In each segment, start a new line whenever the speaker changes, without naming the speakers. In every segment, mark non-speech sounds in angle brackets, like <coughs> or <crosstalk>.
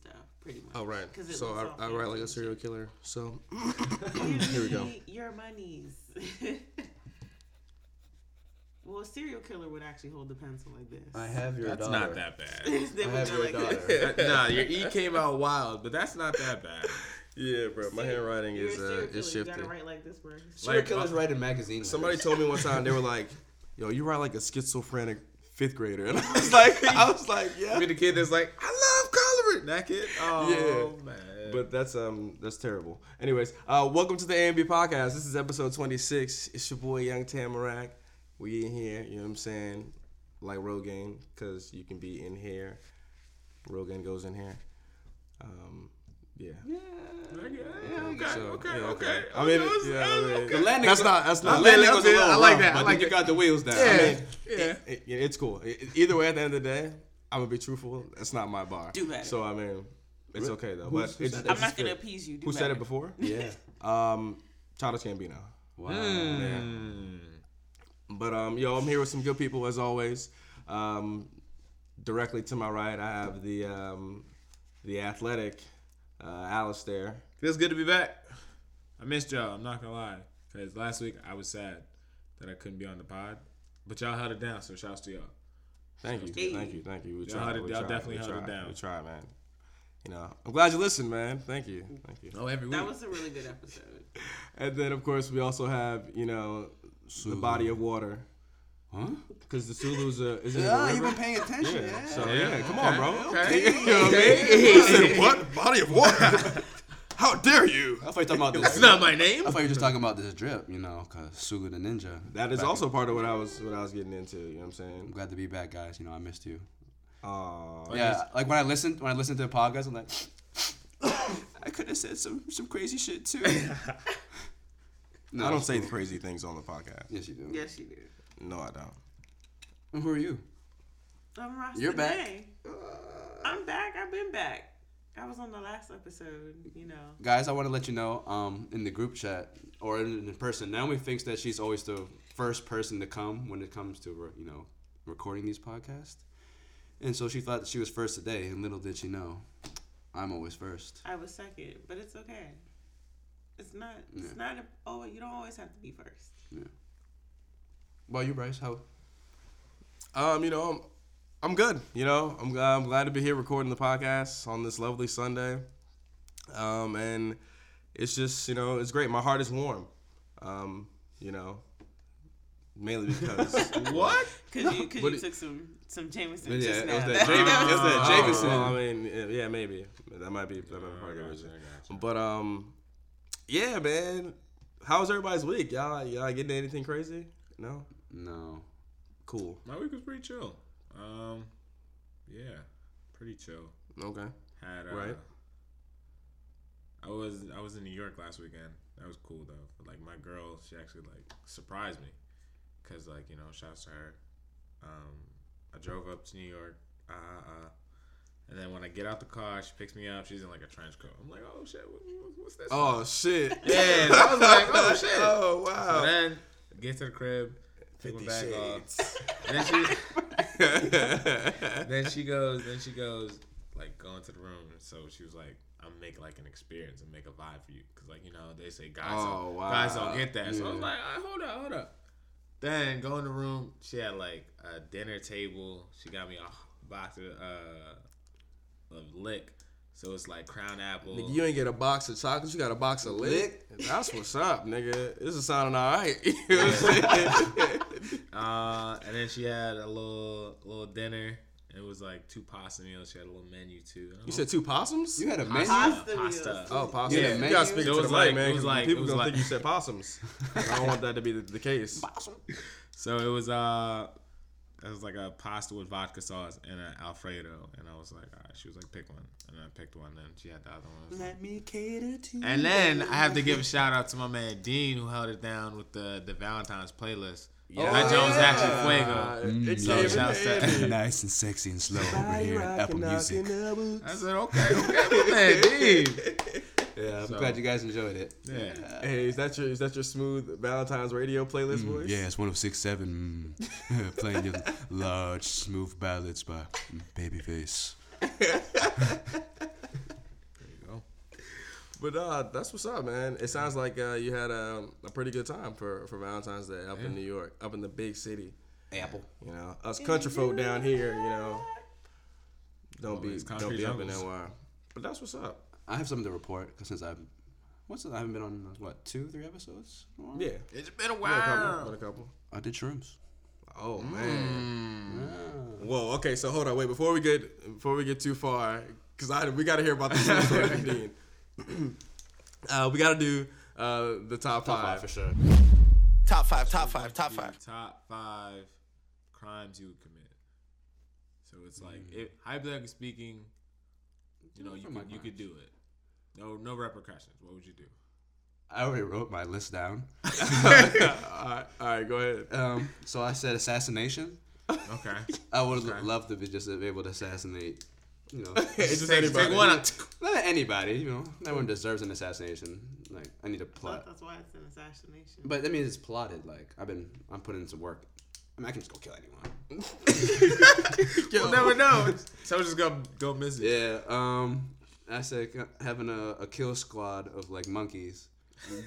stuff, pretty much.
Oh right.
Because it
So
looks
I,
all
I write
fancy
like a
and
serial <laughs>
shit.
killer.
<coughs>
So
You
Here we go.
need Your monies. <laughs> well, a serial killer would actually hold the pencil like this.
I have your
That's
daughter.
not that bad.
<laughs> They would
I have
go
your
like
daughter.
this.
That- nah, your E came out wild, but that's not that <laughs> bad.
<laughs> yeah, bro, my handwriting
<laughs> You're a
is
serial
uh,
killer,
is
You gotta
shifted.
write like this, bro.
Serial
Like,
killers
uh,
write in magazines.
Somebody told me one time they were like, "Yo, you write like a schizophrenic fifth grader," <laughs> and
<laughs>
I was like, I was like,
I
yeah.
mean, the kid that's like, I love coloring. That kid. Oh
Yeah.
man.
But that's um that's terrible. Anyways, uh, welcome to the AMB podcast. This is episode twenty six. It's your boy Young Tamarack. We in here. You know what I'm saying? Like Rogaine, because you can be in here. Rogaine goes in here. Um, yeah.
Okay, okay,
So,
okay, Oh,
yeah,
okay.
I mean,
Okay, it's-
yeah, I mean,
okay.
The landing
that's not that's
The
not.
landing
I'm
was a
saying,
little
I like
rough,
that, I
but
like
you
that.
got the wheels down.
I
I
mean,
mean,
Yeah.
it- it- it's cool. E- either way, at the end of the day, I'm gonna be truthful. That's not my bar.
Do better.
So I mean, it's okay though.
Who's-
But
who
it's,
said
it's
that?
I'm
just
not gonna
good.
appease you. Do
Who said
better.
it
<laughs>
before?
yeah.
Um, Childish Gambino.
Wow.
Hmm.
But um, yo, I'm here with some good people as always. Um, directly to my right, I have the um, the athletic uh, Alistair.
Feels good to be back. I missed y'all. I'm not gonna lie, because last week I was sad that I couldn't be on the pod, but y'all held it down. So shouts to y'all.
Thank you,
Hey.
thank you, thank you. We
Y'all
tried.
held it-
we
y'all
tried,
definitely
we
held it
tried,
down.
We tried, man. You know, I'm glad you listened, man. Thank you, thank you.
Oh, every week.
That was a really good episode.
And then, of course, we also have you know the body of water
Huh?
because the Sulu's a is it a
Yeah, you've
river?
been paying attention.
Yeah.
Yeah.
So
Oh, Yeah.
yeah, come on,
<laughs>
bro.
<laughs> Okay.
you know what I
<laughs>
mean? I said, what body of water? <laughs> How dare you?
I thought you were talking about this.
That's not my <laughs> name.
I thought you were just talking about this drip, you know, because Suga the Ninja.
That is
Back-
also part of what I was what I was getting into. You know what I'm
I'm
saying?
glad to be back, guys. You know, I missed you.
Uh,
Yeah, like when I listened when I listened to the podcast, I'm like, <coughs> I could have said some some crazy
<laughs>
shit too. no,
I don't say crazy things on the podcast.
Yes, you do.
yes, you did.
No, I don't.
And who are you?
I'm Ross
You're back.
Danae.
Uh,
I'm back. I've been back. I was on the last episode. You know.
Guys, I want to let you know um, in the group chat or in, in person, Naomi thinks that she's always the first person to come when it comes to re- you know recording these podcasts, and so she thought that she was first today, and little did she know, I'm always first.
I was second, but it's okay. It's not. It's
Yeah.
not. A, oh, you don't always have to be first.
Well, you
<laughs>
Bryce, how?
Um, you know, I'm, I'm good. You know, I'm, gl- I'm glad to be here recording the podcast on this lovely Sunday. Um, and it's just, you know, it's great. My heart is warm. Um, you know, mainly because
<laughs> What?
Cause you, cause you took some some Jameson
yeah,
just
it
now.
was that
<laughs>
Jameson. it was that
Oh.
Jameson. I mean, yeah, yeah, maybe that might be that might be part of the reason. But um, yeah, man. How was everybody's week? Y'all, y'all getting anything crazy? No,
No,
cool.
My week was pretty chill. Um, yeah, pretty chill.
Okay.
Had uh,
Right.
I was I was in New York last weekend. That was cool though. But, like my girl, she actually like surprised me, cause like you know, shouts to her. Um, I drove up to New York. Uh, uh, and then when I get out the car, she picks me up. She's in like a trench coat. I'm like, oh shit, what, what- what's this?
Oh <laughs> shit.
yeah, so I was like, oh shit.
Oh
So
wow.
then get to the crib, take my
50
bag off.
shades.
And then she
<laughs>
then she goes, then she goes, like go into the room. So she was like, "I'm make like an experience and make a vibe for you, because like you know they say guys,
Oh,
don't,
wow.
guys don't get that." So I was
Yeah.
like, "All right, "Hold up, hold up." Then go in the room. She had like a dinner table. She got me a box of uh of lick. So it's like crown apple.
Nigga, you ain't get a box of chocolates, you got a box of lick. That's what's up, nigga. This is sounding all right. <laughs> You know what I'm saying?
Uh, and then she had a little little dinner. It was like two pasta meals. She had a little menu too.
you said two possums?
you had a menu.
Pasta meals.
pasta.
Oh, possums.
Yeah,
you
man.
gotta speak
It
to
was
the
like-
mic, man.
it was
'cause
like-
people
it was
gonna
like-
think you
<laughs>
said possums. I don't want that to be the, the case.
So it was uh, it was like a pasta with vodka sauce and an Alfredo, and I was like, all right. she was like, pick one, and I picked one, and she had the other one.
Let me cater to.
And then I have to give a shout out to my man Dean who held it down with the the Valentine's playlist. Yeah, that Jones
yeah.
actually fuego.
Uh, it
So
came in
shouts to- <laughs>
handy.
nice and sexy and slow over here at Apple Music.
I said, okay, okay, my man
<laughs>
Dean.
Yeah, I'm
So-
glad you guys enjoyed it.
Yeah.
Hey, is that your is that your smooth Valentine's radio playlist voice?
Mm, Yeah, it's 1067 mm. <laughs> playing your large, smooth ballads by mm, Babyface.
But uh, that's what's up, man. It sounds like uh, you had a, a pretty good time for, for Valentine's Day up in New York, up in the big city.
Apple.
You know, us country folk down here, you know, don't be
these
don't
country
be up in that
jungles.
wire. But that's what's up.
I have something to report because since I've what's it, I haven't been on uh, what two three episodes.
Yeah,
It's been a
been a couple,
while.
been a couple.
I did shrooms.
Oh
Mm.
man.
Mm.
Ah.
Whoa. Okay. So hold on. Wait. Before we get before we get too far, because I we got to hear
<laughs>
about this shrimp story from Dean. <clears throat> Uh, we got to do uh, the top,
Top
five.
five for sure.
Top five, top five, top
Your
five.
Top five crimes you would commit. So it's like, if, hypothetically speaking, you know, you
For Mm. my
could, you could do it. No, no repercussions. What would you do?
I already wrote my list down.
all, right, all right. Go ahead.
Um, so I said assassination. <laughs>
Okay.
I would have loved to be just able to assassinate, you <laughs> know,
It's just
take,
anybody.
take one out.
not anybody. You know, no one deserves an assassination. Like I need a plot,
That's why it's an assassination.
but that means it's plotted. Like I've been, I'm putting in some work. I mean, I can just go kill anyone.
You'll never know. So just gonna go miss it.
Yeah. Um, I said c- having a, a kill squad of like monkeys.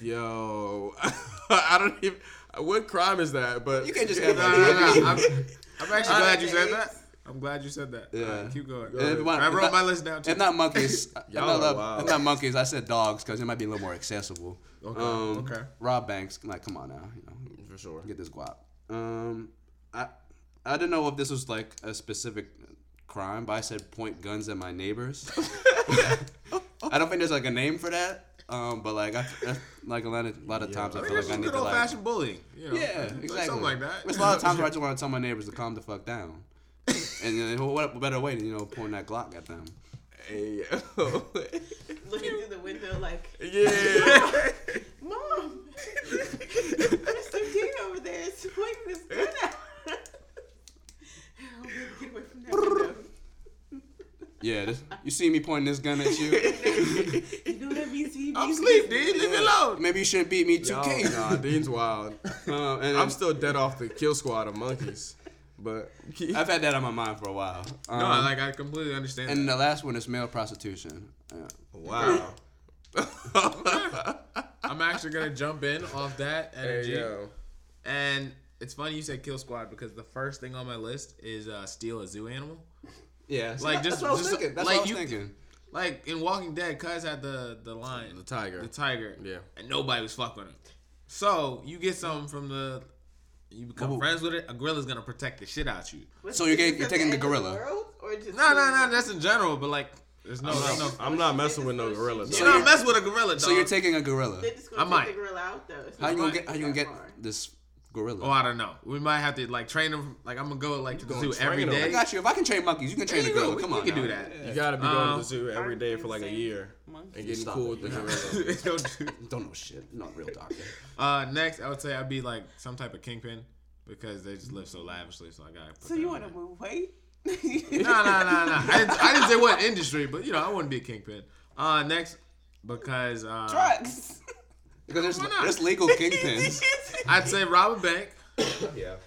Yo, <laughs> I don't even. What crime is that? But
You can't just have
No,
like,
no, no,
monkeys. <laughs>
no. I'm, I'm actually glad you said that. I'm glad you said that.
Yeah.
All right, keep going.
And if-
I
if
wrote
not-
my list down too.
If
<laughs>
not monkeys, if
Y'all
not,
are
love-
wild.
if not monkeys, I said dogs because it might be a little more accessible.
Okay,
Um,
okay.
Rob Banks, like, come on now, you know,
for sure.
get this guap. Um, I I don't know if this was like a specific crime, but I said point guns at my
<laughs>
neighbors. I don't think there's like a name for that. Um, but like I, I- like a lot of, lot of times I
I
feel
guess
like I
it's
need
good
to
old
like
fashioned bullying. You know,
yeah,
Like
exactly.
Something like that.
There's a lot
<laughs>
of times where I just want to tell my neighbors to calm the fuck down. and then what better way than you know pouring that Glock at them?
Hey,
<laughs> Looking through the window like,
<laughs> yeah.
Mom, <laughs> Mr. Dean over there is pointing this gun out. <laughs> Oh, baby, get away from that window.
Yeah, this, you see me pointing this gun at <laughs> you.
You know that means he
I'm
means
sleep, dude. Leave me alone.
Maybe you shouldn't beat me two
Y'all,
K. <laughs>
nah, Dean's wild.
Um, and
I'm still dead off the kill squad of monkeys, but <laughs>
I've had that on my mind for a while. Um,
No, like I completely understand.
and
that.
the last one is male prostitution. Yeah.
wow.
I'm actually gonna jump in off that
Hey,
energy.
yo.
And it's funny you said kill squad because the first thing on my list is uh, steal a zoo animal.
Yeah, so
Like,
that-
just-
that's what I was
just-
thinking. That's
like,
what I was
you-
thinking.
Like in Walking Dead, Cuz had the the lion,
The tiger.
the tiger.
Yeah.
And nobody was fucking with him. So you get something from the, you become
Ooh.
friends with it. A gorilla's gonna protect the shit out you.
So you're getting- you're taking the gorilla.
No, no, no. That's in general, but like, there's no,
I'm
there's no.
not, I'm not messing with no gorillas.
You're
So
not
you're-
messing with a gorilla. Dog.
so you're taking a gorilla.
They're just
I
gonna
might.
take the gorilla out though. It's
How you
not
gonna get?
that
How you gonna get
far.
this gorilla?
Oh, I don't know. We might have to like train them. Like I'm gonna go like to the
gonna
zoo
train
every
them.
day.
I
I got you. If I can train monkeys, you can train a
There you go.
gorilla.
We-
Come
we
on,
can
now.
do that.
You gotta be going to
Um,
the zoo every day for like a
Insane
year and
monkey.
getting
Stop
cool
it.
with the
You're
gorillas.
not-
<laughs> Don't
<laughs>
do-
Don't know shit. I'm Not a real <laughs> doctor.
uh, next, I would say I'd be like some type of kingpin because they just live so lavishly. So I gotta. Put
So you want to move <laughs> weight?
No, no, no, no. I didn't, I didn't say what industry, but you know I wouldn't be a kingpin. Uh, next because uh,
<laughs> Drugs.
Because there's,
Why not?
there's
<laughs>
legal kingpins.
I'd say rob a bank,
yeah.
Um,
yeah,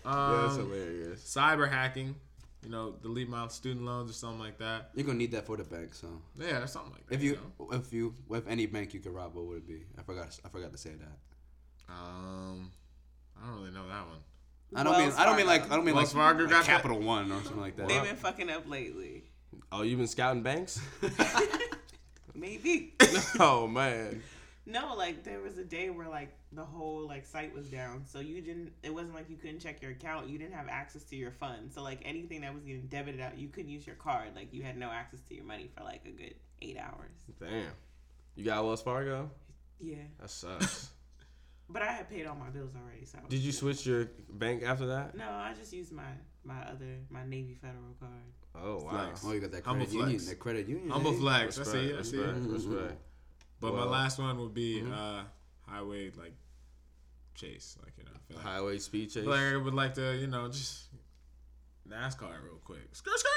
that's hilarious.
cyber hacking. You know, delete my student loans or something like that.
You're gonna need that for the bank. So
Yeah, or something like that.
if you
know?
if you if any bank you could rob, what would it be? I forgot I forgot to say that.
um, I don't really know that one.
I don't mean I don't mean like I don't mean
Wells
like,
Fargo
like
got that?
Capital One or something like
<laughs>
that.
They've been fucking up lately.
Oh, you been scouting banks?
<laughs>
<laughs>
Maybe.
oh man.
No, like there was a day where like the whole like site was down, so you didn't. It wasn't like you couldn't check your account. You didn't have access to your funds. So like anything that was getting debited out, you couldn't use your card. Like you had no access to your money for like a good eight hours.
Damn. You got Wells Fargo?
Yeah,
That
<laughs>
sucks.
but I had paid all my bills already, so
Did you switch your bank after that?
no, I just used my my other my Navy Federal card.
Oh wow.
Flex. Oh, you got that
Humble
credit union.
flex.
That credit union.
Humble
eh?
flags.
Respect,
That's it. That's it.
respect, respect.
But my
Well-
last one would be
mm-hmm.
uh, highway like chase, like you know, I feel like,
Highway speed chase.
like I would like to, you know, just NASCAR real quick. Skirt, skirt.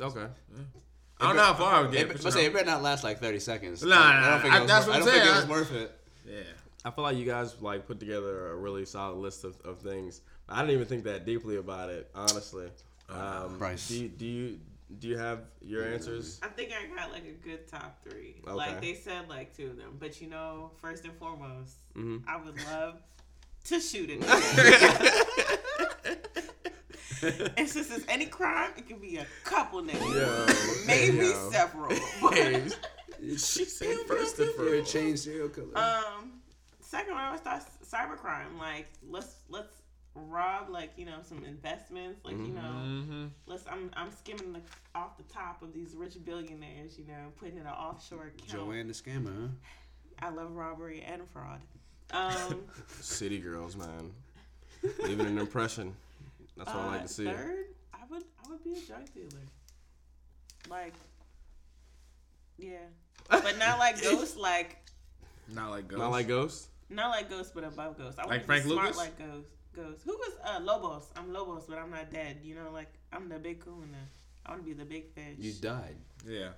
Okay.
I don't know how far I would
It,
get.
but
but, you
say
know.
it better not last like 30 seconds.
Nah,
I,
nah,
don't think
nah,
it was,
that's
wor-
what
I
I'm
don't think
saying,
it was
I-
worth it.
yeah,
I feel like you guys like put together a really solid list of, of things. I didn't even think that deeply about it, honestly. Um,
Bryce.
do you, do you Do you have your answers?
I think I got like a good top three.
Okay.
Like they said, like two of them. But you know, first and foremost,
Mhm.
I would love to shoot
<laughs>
a nigga. and since it's any crime, it could be a couple niggas,
Yo,
maybe
yo. <laughs>
several.
Hey,
But,
<laughs> she said first and first.
chain serial killer.
Uh,
um, second, I would start cybercrime. Like let's let's rob like you know some investments. Like you know.
Mm-hmm.
Let's, I'm, I'm skimming the, off the top of these rich billionaires, you know, putting in an offshore account.
Joanne the scammer.
I love robbery and fraud.
<laughs>
Um,
City girls, man. Leaving an impression. That's what I like
uh,
to see.
Third, I would I would be a drug dealer. Like, yeah, but not
<laughs>
like ghost, like
Not like ghosts.
Not like ghosts.
not like ghost, but above ghost. I wanna
Like
be
Frank
smart
Lucas?
like ghost. Ghost. Who was uh, Lobos? I'm Lobos, but I'm not dead. You know, like I'm the big kahuna. I want to be the big fish.
You died.
Yeah.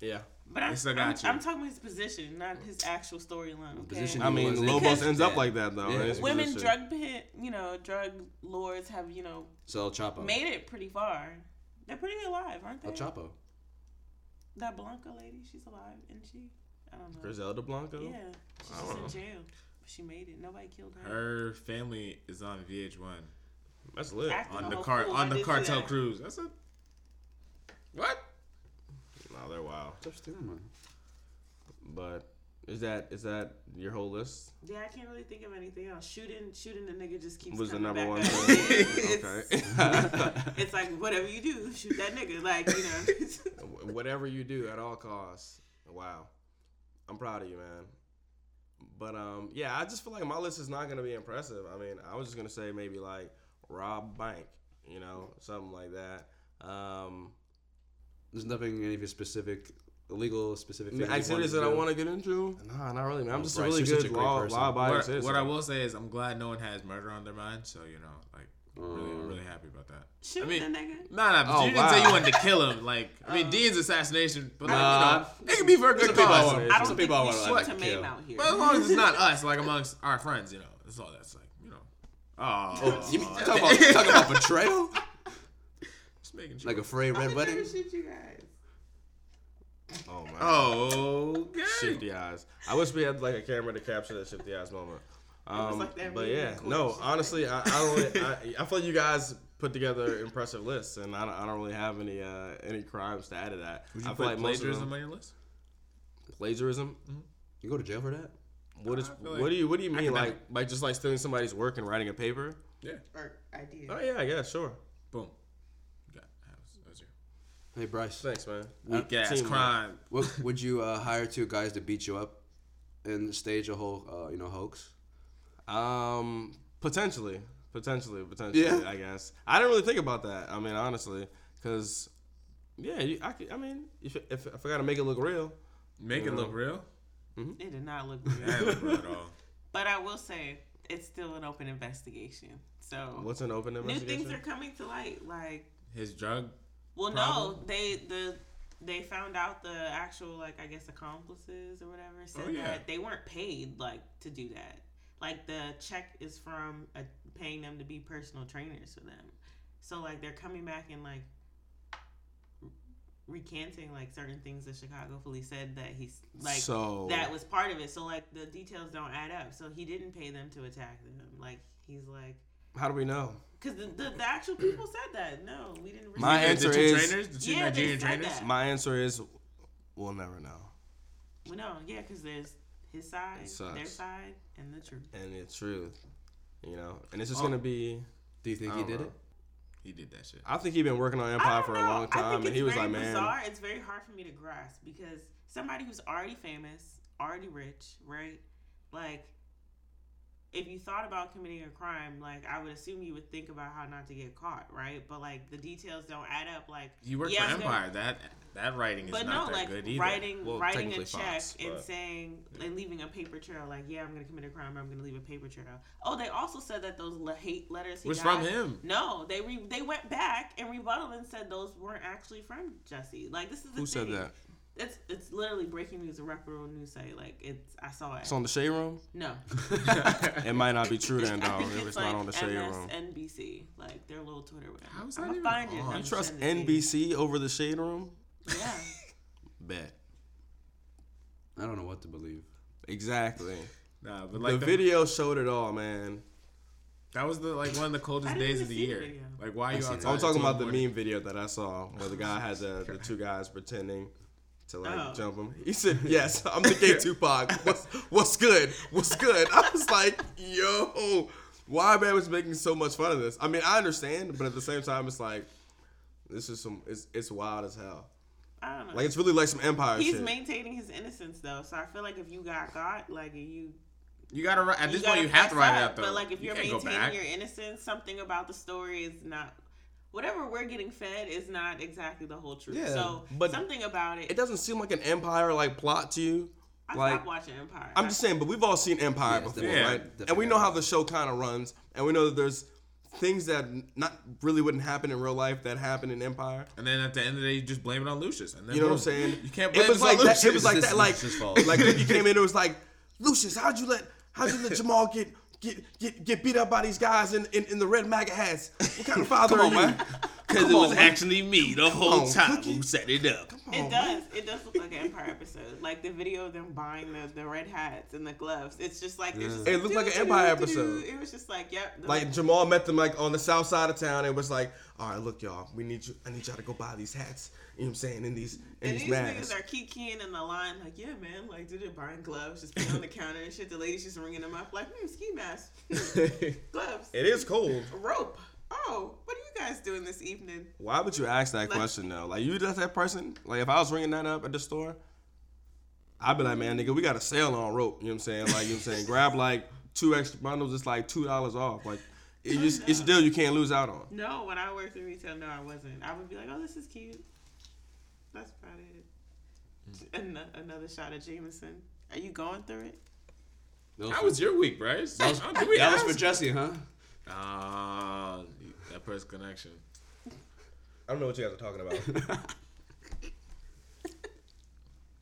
Yeah.
but I'm,
They still
I'm,
got you.
I'm talking about his position, not his actual storyline. Okay?
Position
I mean,
Because-
Lobos ends up like that though.
Yeah.
in his
Women
position.
drug pit, you know, drug lords have you know
So El Chapo.
made it pretty far. They're pretty alive, aren't they?
El Chapo.
That Blanca lady, she's alive, isn't she? I don't know.
Griselda Blanco.
Yeah, she's
I
just
don't know.
in jail. But she made it. Nobody killed her.
Her family is on VH1
That's lit.
Acting
on
a
the
whole
car
fool. Oh, I
on the
did see
cartel
that.
cruise. That's a what?
No, they're wild.
Just do
<laughs>
it, man.
But is that is that your whole list?
Yeah, I can't really think of anything else. Shooting, shooting the nigga just keeps.
Was the
coming
number one?
back up.
thing?
<laughs> it's,
okay.
it's like whatever you do, shoot that nigga. Like you know. <laughs>
Wh- Whatever you do at all costs. Wow, I'm proud of you, man. But um, yeah, I just feel like my list is not gonna be impressive. I mean, I was just gonna say maybe like rob bank, you know, something like that. Um,
There's nothing any of your specific illegal specific things you
activities
wanted
that
to
I
do.
want to get into. Nah, not really. Man. I'm
Oh,
just
Bryce,
a really
you're
good
such a great
law
person.
above
What, what I will say is I'm glad no one has murder on their mind. So you know, like really,
Mm.
I'm really happy about that.
Shooting
mean-
the nigga.
Uh. Nah, nah. But
Oh,
you didn't
wow.
say you wanted to kill him. Like I
Uh.
mean, Dean's assassination, but like,
Nah.
you know, it could be for a
There's
good
a people
cause.
out there.
I
Some
don't think
people I
we
wanna,
shoot
like,
to
kill.
maim out here.
But as long as
<laughs>
it's not us, like amongst our friends, you know, that's all that's like, you know. Oh,
You mean- talk about,
<laughs>
talk about betrayal?
just making sure.
Like a frayed
I'm
red
gonna
wedding?
never shoot you guys.
Oh man.
oh, okay.
Shifty eyes. I wish we had like a camera to capture that shifty eyes moment. Um,
like that
but
meme,
yeah,
of
no.
course.
Honestly, I I, don't really, I I feel like you guys put together impressive lists, and I don't, I don't really have any uh, any crimes to add to that.
Would you
I
put
feel like most of them-
plagiarism on your list?
plagiarism.
You go to jail for that?
What is
I feel
what
like
do you what do you mean like
academic.
like just like stealing somebody's work and writing a paper?
Yeah.
Or idea.
Oh yeah, yeah, sure.
Boom. You got that was, that was your
Hey, Bryce.
Thanks, man. Uh,
weak ass
teamwork.
crime.
Would, would you uh, hire two guys to beat you up and stage a whole, uh, you know, hoax?
Um, potentially, potentially, potentially.
Yeah.
I guess I didn't really think about that. I mean, honestly, because yeah, you, I, could- I mean, if, if if I gotta make it look real,
Make it look real.
It did not look good.
That ain't look real at all.
But I will say it's still an open investigation. So
what's an open
new things
investigation?
are coming to light. Like
His drug.
Well, no,
problem?
they the they found out the actual like I guess accomplices or whatever said
Oh, yeah.
that they weren't paid like to do that. Like the check is from uh paying them to be personal trainers for them. So like they're coming back and like recanting like certain things that Chicago police said that he's like
so
that was part of it. So like the details don't add up. So he didn't pay them to attack them. Like he's like
how do we know?
because the, the, the actual people said that no we didn't.
My
receive it.
answer
the two
is-
trainers, the two
Yeah, they
Nigerian
said
trainers.
that.
My answer is, we'll never know,
Well, no, yeah, because there's his side,
sucks.
their side, and the truth.
and it's truth, you know. And it's just
Oh.
gonna be.
Do you think
I
he
don't
did
know.
it?
He did that shit.
I think he's been working on
I
Empire
don't
for a
know.
long
I
time,
think
and he
it's
was
very
like, man,
bizarre. It's very hard for me to grasp because somebody who's already famous, already rich, right? Like, if you thought about committing a crime, like I would assume you would think about how not to get caught, right? But like the details don't add up. Like
You work
yeah,
for
I'm gonna-
Empire. That that writing is
But no,
not that
like
good either.
writing
Well,
writing
technically
a check
Fox,
and
but-
saying and leaving a paper trail, like yeah, I'm gonna commit a crime, I'm gonna leave a paper trail. Oh, they also said that those le- hate letters he
was
got-
from him.
No, they re- they went back and rebutted and said those weren't actually from Jesse. Like this is the
who
<laughs>
said
thing.
that?
It's it's literally breaking news, a reputable news site. Like it's, I saw it.
It's on the Shade
<laughs>
Room.
no,
It might not be <laughs> true then,
I <laughs>
though.
think
If it's not on the Shade Room,
MSNBC, like their little Twitter. Whatever.
How is
I'm
that
gonna
even
find it.
on?
I'm
You
gonna
trust
send it to you.
NBC over the Shade Room.
Yeah,
Bet.
I don't know what to believe.
Exactly.
Nah, but like
the
the
video showed it all, man.
that was the like one of the
I
coldest
didn't
days
even
of the
see the
year.
video.
Like why are you
seen
outside?
it.
I'm
at
talking
two in
about
the
the
morning?
meme video that I saw where the guy has uh, the two guys pretending to like
Oh.
jump him. He said, "Yes, I'm the gay Tupac. What's what's good? What's good?" I was like, "Yo, why man was making so much fun of this?" I mean, I understand, but at the same time, it's like this is some it's it's wild as hell.
I don't know.
Like it's really like some Empire
He's
shit.
maintaining his innocence though, so I feel like if you got caught, like you
You gotta ri- at this point
you gotta
you have to
fess
write it
up,
out though.
But like, if
you
you're
can't go
maintaining
back.
your innocence, something about the story is not. Whatever we're getting fed is not exactly the whole truth.
Yeah,
so
but
something about it.
it doesn't seem like an Empire like plot to you.
I
like
stopped watching Empire.
I'm just saying, but we've all seen Empire
Yeah, it's
before,
definitely-
right?
yeah,
And we
definitely.
know how the show kind of runs, and we know that there's things that not really wouldn't happen in real life that happen in Empire.
And then at the end of the day, you just blame it on Lucius. And then
You know what
boom.
I'm saying?
You can't blame
It was
on
like
Lucius.
that. It was like
It's
that. Like <laughs>
Lucius' fault.
like Ricky came in, it was like Lucius, how'd you let how'd you let Jamal get get get, get beat up by these guys in, in, in the red MAGA hats? What
<laughs>
kind of father
Come
are
on,
you?
man.
Come
Because it
on,
was
man.
actually me the whole
on,
<laughs>
time
Cookie.
who set it up.
it does. It does look like an Empire episode. Like the video of them buying the, the red hats and the gloves. It's just like it's just
It looked like an Empire
doo-doo-doo-doo.
episode.
It was just like yep. the-
Like Jamal met them like on the south side of town and was like, "All right, look, y'all, we need you. I need y'all to go buy these hats. You know what I'm saying? In these in
and
these
these
masks."
niggas are kikiing in the line like yeah man like dude they're buying gloves just put it on the counter and shit. The ladies just ringing them up like hmm, ski mask,
<laughs> it
gloves,
is cold.
rope. Oh, what are you guys doing this evening?
Why would you ask
Like-
that question though? Like you just that person. Like if I was ringing that up at the store, I'd be like, man, nigga, we got a sale on rope. You know what I'm saying? Like you know what I'm saying? Grab like two extra bundles. It's like two dollars off. Like it just, it's a deal you can't lose out on.
No, when I worked in retail, no, I wasn't. I would be like, oh, this is cute. That's about it.
Mm.
An- another shot of Jameson. Are you going through it?
That was your week, Bryce. That was,
<laughs>
did we
that was
ask?
for Jesse, huh?
Ah, that first connection.
I don't know what you guys are talking about.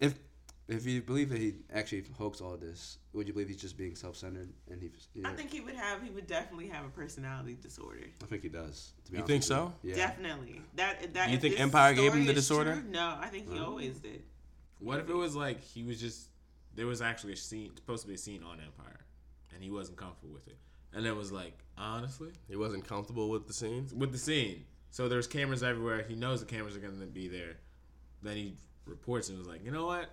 If if you believe that he actually hoaxed all this, would you believe he's just being self-centered and he? just-
I think he would have. He would definitely have a personality disorder.
I think he does. To
<laughs>
be
You
honest
think
with
so?
you. Yeah.
Definitely. That that.
You
if
think
this
Empire gave
story
him the
is
disorder? Oh.
true- no, I think he always did.
What if it was like he was just there was actually a scene supposed to be a scene on Empire, and he wasn't comfortable with it, and it was like honestly
He wasn't comfortable with the scene.
with the scene. So there's cameras everywhere. He knows the cameras are gonna be there. Then he reports and was like, you know what?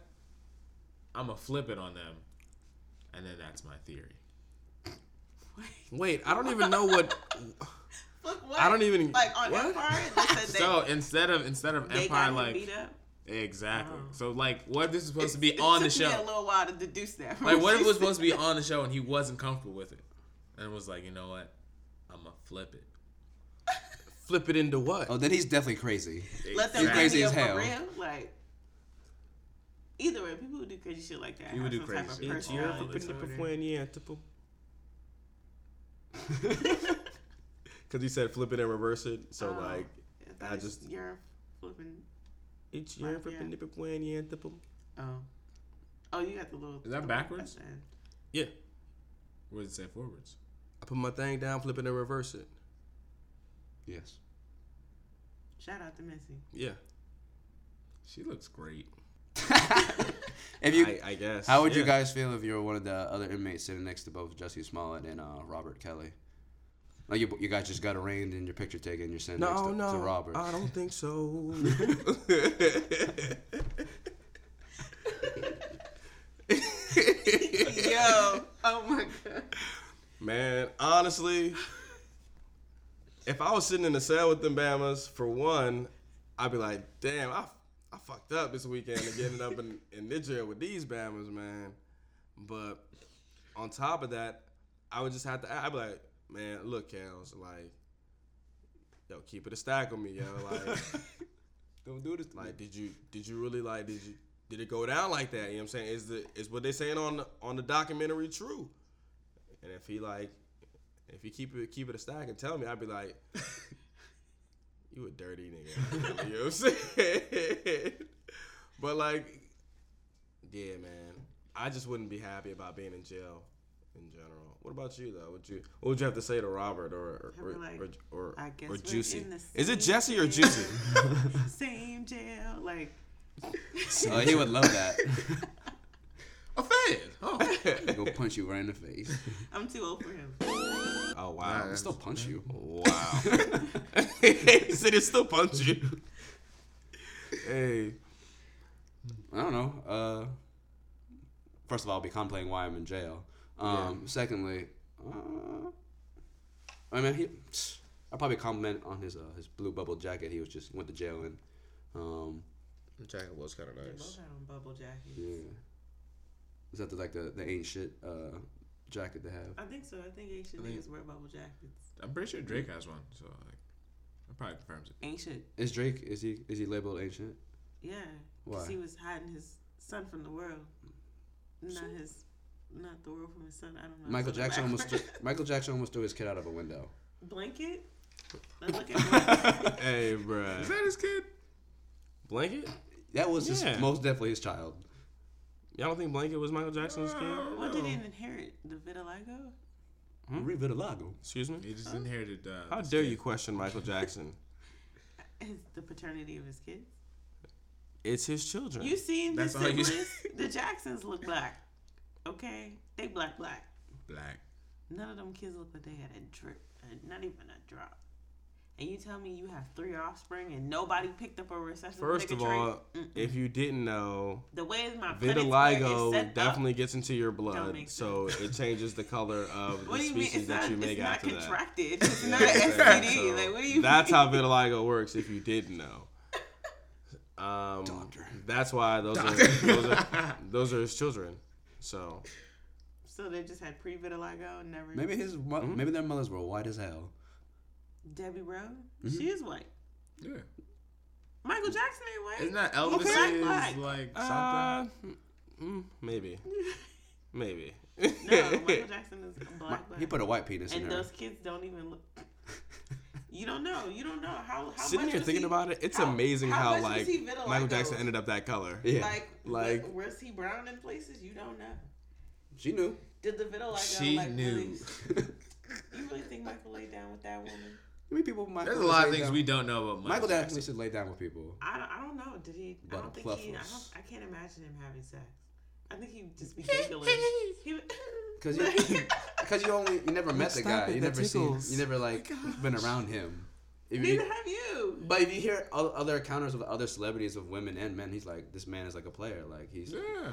I'm gonna flip it on them, and then that's my theory.
Wait, I don't even know what. <laughs>
Look what?
I don't even-
like on
what?
Empire. They said
<laughs>
they,
So instead of instead of
they
Empire
got him
like
beat up. Oh.
Exactly. So like, what if this is supposed to
It
be on the
took me a
show?
little while to deduce that.
Like, what if
<laughs>
it was supposed to be on the show and he wasn't comfortable with it, and was like, you know what, I'm gonna flip it.
Flip it into what?
Oh, then he's definitely crazy.
Let them
Exactly.
crazy
crazy
me
as
up
hell.
for real. Like either way, people who do crazy shit like that.
People
have
do
some
crazy
type
shit
of
all the
personality
time.
disorder.
Because he said flip it and reverse it. So
Oh.
like,
thought
I
it's
just-
you're flipping.
it's
your Oh, oh, you got the little.
Is that
the-
backwards?
that's it.
Yeah.
What did it say forwards?
I put my thing down, flip it and reverse it.
<laughs>
Yes.
Shout out to
<laughs>
Missy.
Yeah.
She looks great.
If you,
I, I guess.
how would you
Yeah.
guys feel if you were one of the other inmates sitting next to both Jesse Smollett and uh, Robert Kelly? Like you, you guys just got arraigned and your picture taken. You're sitting next
No,
to,
no, Uh,
to Robert.
I don't think so. <laughs>
Yo, oh my god.
Man, honestly, if I was sitting in the cell with them Bamas, for one, I'd be like, damn, I, I fucked up this weekend and getting up in, in this jail with these Bamas, man. But on top of that, I would just have to, I'd be like, man, look, Kels, like, yo, keep it a stack on me, yo. Like,
don't do this.
Like, did you did you really like did you did it go down like that? You know what I'm saying? Is the is what they saying on the, on the documentary true? And if he like, if he keep it keep it a stack and tell me, I'd be like, <laughs> <laughs> you a dirty nigga. you know what I'm saying? But like, yeah, man, I just wouldn't be happy about being in jail in general. What about you though? Would you what would you have to say to Robert or or or,
I'd be like,
or, or,
I guess
or
we're
Juicy?
in the
Is it
same
Jesse or
jail.
Juicy?
<laughs> Same jail, like
Oh, he would love that.
A fan.
<laughs>
Oh,
Go punch you right in the face.
I'm too old for him.
oh wow,
I'll still punch you.
<laughs> wow. he said it still punch you. hey,
I don't know. Uh, first of all, I'll be complaining why I'm in jail. Um, Secondly, uh, I mean, he, I probably comment on his uh, his blue bubble jacket. He was just went to jail in. Um,
jacket was kind of
They both
nice.
had on bubble jackets.
yeah, is that the, like the the ain't shit uh, jacket to have?
I think so. I think ancient niggas wear bubble jackets.
I'm pretty sure Drake has one, so like, that probably confirms it.
Ancient,
Is Drake is he is he labeled ancient?
yeah,
Why?
because he was hiding his son from the world, not his, not the world from his son. I don't know.
Michael
It's
Jackson
<laughs>
almost
backwards.
threw- Michael Jackson almost threw his kid out of a window.
blanket. Now look
<laughs>
at blanket.
Hey, bruh.
Is that his kid?
Blanket?
That was his,
Yeah.
most definitely his child.
Y'all don't think Blanket was Michael Jackson's kid?
What did he inherit? The vitiligo.
Hmm?
Revitalago.
Excuse me.
He just inherited. Uh,
How
this
dare
kid.
you question Michael Jackson?
Is the paternity of his kids.
It's his children.
You seen this
That's all you- <laughs>
list? The Jacksons look black. Okay, they black black.
Black.
None of them kids look like they had a drip, uh, not even a drop. And you tell me you have three offspring and nobody picked up a recessive
First
nigga
of
trait?
all, if you didn't know,
the way my planets were is set
vitiligo
up-
definitely gets into your
make
blood, so it changes the color of
<laughs>
the
What do you mean? It's
species that
not,
you make
it's not
after that. <laughs>
contracted. It's not an STD. Like, what do you
That's
mean?
how vitiligo works. If you didn't know, um,
Doctor.
That's why those are, those are those are his children. So
So they just had pre vitiligo and never.
Maybe his mo-
Hmm?
maybe their mothers were white as hell.
Debbie Brown?
Mm-hmm.
She is white.
Yeah.
Michael Jackson ain't white.
Isn't that Elvis
Black,
is
black.
like something?
uh, mm, maybe, maybe. <laughs>
No, Michael Jackson is black.
He
black.
put a white penis in
and
her.
those kids don't even look. You don't know. You don't know how. how
Sitting
much
here
was
thinking
he-
about it, it's
how-
amazing
how
how,
much was
like
he
Michael
vitiligo?
Jackson ended up that color.
Yeah.
Like,
Like-
like, was he brown in places? You don't know.
She knew. <laughs>
Did the vitiligo?
She
like,
knew.
Really, you really think Michael laid down with that woman?
I mean, people. Michael
There's a lot of
laid
things
down-
we don't know about
Michael
Michael
definitely
Jackson.
should lay down with people.
I don't, I don't know. Did he? I
But
don't
a
think he. I, don't,
pluffles.
I can't imagine him having sex. I think he'd just be giggling. he
<laughs>
would, <laughs>
Cause you, cause you only, you never met the
stop
guy.
it,
You
that
never seen.
tickles.
You never like
Oh
been
<laughs>
around him. If
neither
you,
have you.
but if you hear o- other encounters with other celebrities of women and men, he's like, this man is like a player. Like he's.
Yeah.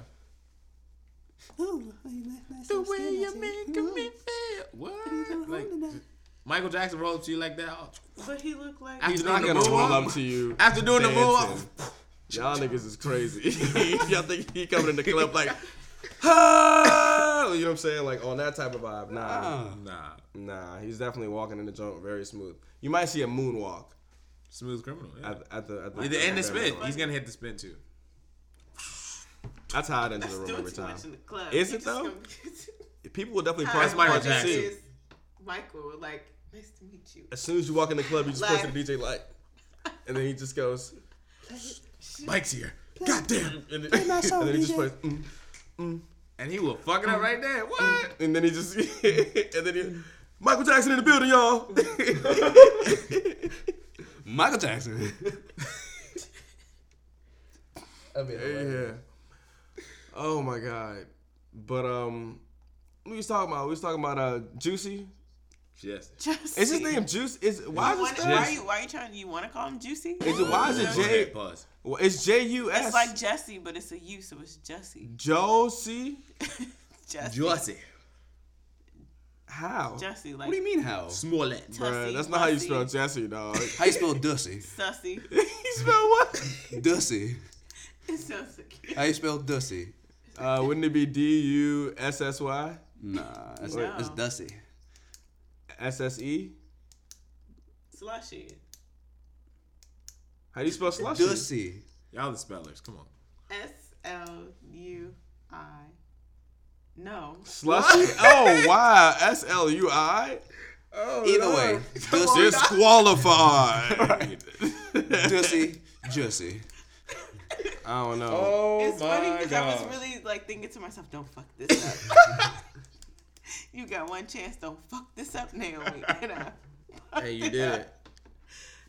the way you make me feel. What? Like, Michael Jackson rolled up to you like that. Oh,
But he looked like.
He's
After
not
doing the
gonna roll
moonwalk.
up to you.
After doing the
dancing.
move,
y'all niggas is crazy. <laughs> y'all think he coming in the club like, ah! you know what I'm saying? Like on that type of vibe.
Oh.
Nah,
Ah,
nah,
nah. He's definitely walking in the joint very smooth. You might see a moonwalk
smooth criminal. Yeah.
at, at the at the,
At the end of spin, he's gonna hit the spin too.
That's how I enter the
He's
room
doing
every
too
time.
much in the club.
Is
He
it
just <laughs>
though?
gonna-
People will definitely
Hi,
price
my
Michael
part you
name
Jackson.
see.
is Michael, like, nice to meet you.
As soon as you walk in the club, you just point to
Like-
the DJ like, and then he just goes,
Mike's here. God damn.
and then, <laughs> and then he just plays. mm.
<laughs> And he will fuck it up right there. What?
And then he just, <laughs> and then he, Michael Jackson in the building, y'all. <laughs>
Michael Jackson. I mean,
yeah. Oh my god. But um, we was talking about we was talking about uh Juicy.
Yes.
Just
Is his name Juice? Is why
Why,
is it
why are
spelled-
you? Why are you trying? You want to call him Juicy?
is it why is it
Okay,
J?
pause.
well, It's J U
It's like
S.
Jesse, but it's a U, so it's Jesse.
Josie.
Jesse.
Jussie.
How?
Jesse, like
What do you mean how?
Smollett.
Bruh,
Jesse,
that's not how you
Jesse.
spell
<laughs>
Jesse, dog.
How you spell Dussy?
<laughs>
sussy.
you spell what?
Dussy.
It's so secure.
How you spell Dussy?
<laughs> Uh, wouldn't it be D U S S Y
Nah, that's,
No.
that's Dussy.
S S E?
Slushy.
How do you spell slushy?
Dussy.
Y'all the spellers. Come on.
S L U I. No.
Slushy? Oh wow, S L U I.
Oh,
<laughs>
Either way, Dussy. <laughs>
Disqualified.
Dussy. Jussy.
I don't know.
Oh
It's
my
funny because I
god!
<laughs> was really like thinking to myself, don't fuck this up.
<laughs>
<laughs> you got one chance, don't fuck this up, Naomi. <laughs> And I fucked
Hey, you did it.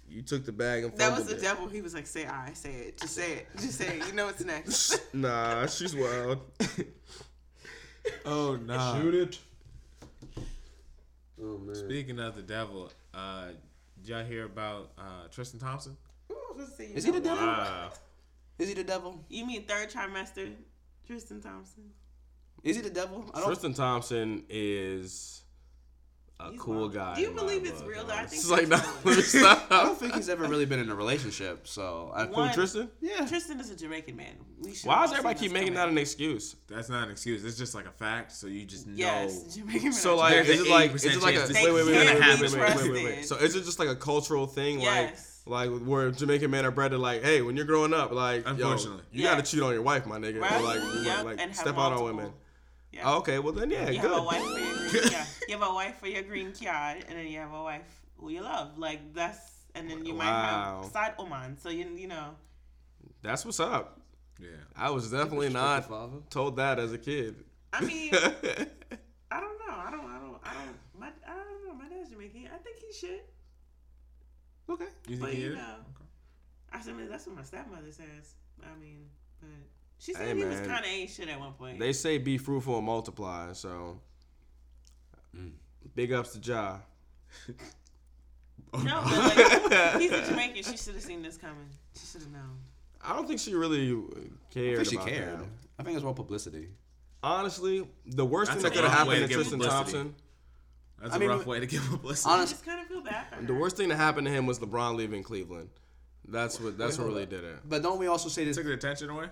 You took the bag and
<laughs> That was
fumbled
the
it.
devil. He was like, say I, say it, just say it, just say it. You know what's next.
<laughs>
<laughs>
Nah, she's wild.
oh no!
Shoot it. Oh man.
Speaking of the devil, uh, did y'all hear about uh, Tristan Thompson?
Is he the devil?
Wow.
Is he the devil?
You mean third trimester, Tristan Thompson?
Is he the devil? I don't.
Tristan Thompson is a
He's
cool
wild.
guy.
Do you
in my
believe it's
book,
real?
man.
Though I think
It's
so.
like, no, <laughs> let me
I
stop.
don't think he's ever really been in a relationship, so I
One-
Tristan?
Yeah.
Tristan is a Jamaican man. We should
Why
have
does
seen
everybody keep
this
making that
coming.
an excuse?
That's not an excuse. It's just like a fact. So you just know.
Yes, Jamaican man.
So like,
There's
is
an
it like, is
80%
it like a
chance
wait,
this
wait, wait,
is
wait,
gonna
wait, wait,
be
wait, wait, wait, wait.
trusted.
So is it just like a cultural thing,
Yes.
like, like where Jamaican men are bred to like, hey, when you're growing up, like, yo,
Unfortunately.
you got to
Yes.
cheat on your wife, my nigga,
Right.
or like, you
Yep,
know, like,
and have
step out on
multiple.
women.
Yeah.
Oh, okay, well then, yeah,
you
good.
have a wife for your
<laughs>
green card. You have a wife for your green card, and then you have a wife who you love. Like that's, and then you might
Wow.
have side Oman. So you you know,
That's what's up.
Yeah.
I was definitely not
father.
told that as a kid. <laughs>
I mean,
That's
I don't know. I don't. I don't. I don't. My I don't know. My dad's Jamaican. I think he should.
Okay.
You think
But,
he
you
is?
know. I said man, that's what my stepmother says. I mean, but she said
Hey,
he was
man.
kind of ain't shit at one point.
They say be fruitful and multiply, so big ups to Ja. <laughs>
no, but like, he's a Jamaican. She should have seen this coming. She should have known.
I don't think she really
I
cared.
think she
about
cared.
that.
I think it's all publicity.
Honestly, the worst
That's
thing that
a
could have
long way
happened to
to get
Tristan
publicity.
Thompson.
That's
I
a
mean,
rough
but-
way to give publicity.
I
Honest-
just kind of feel bad for her.
The worst thing that happened to him was LeBron leaving Cleveland. That's what. That's what really did it.
But don't we also say this?
Took the attention away.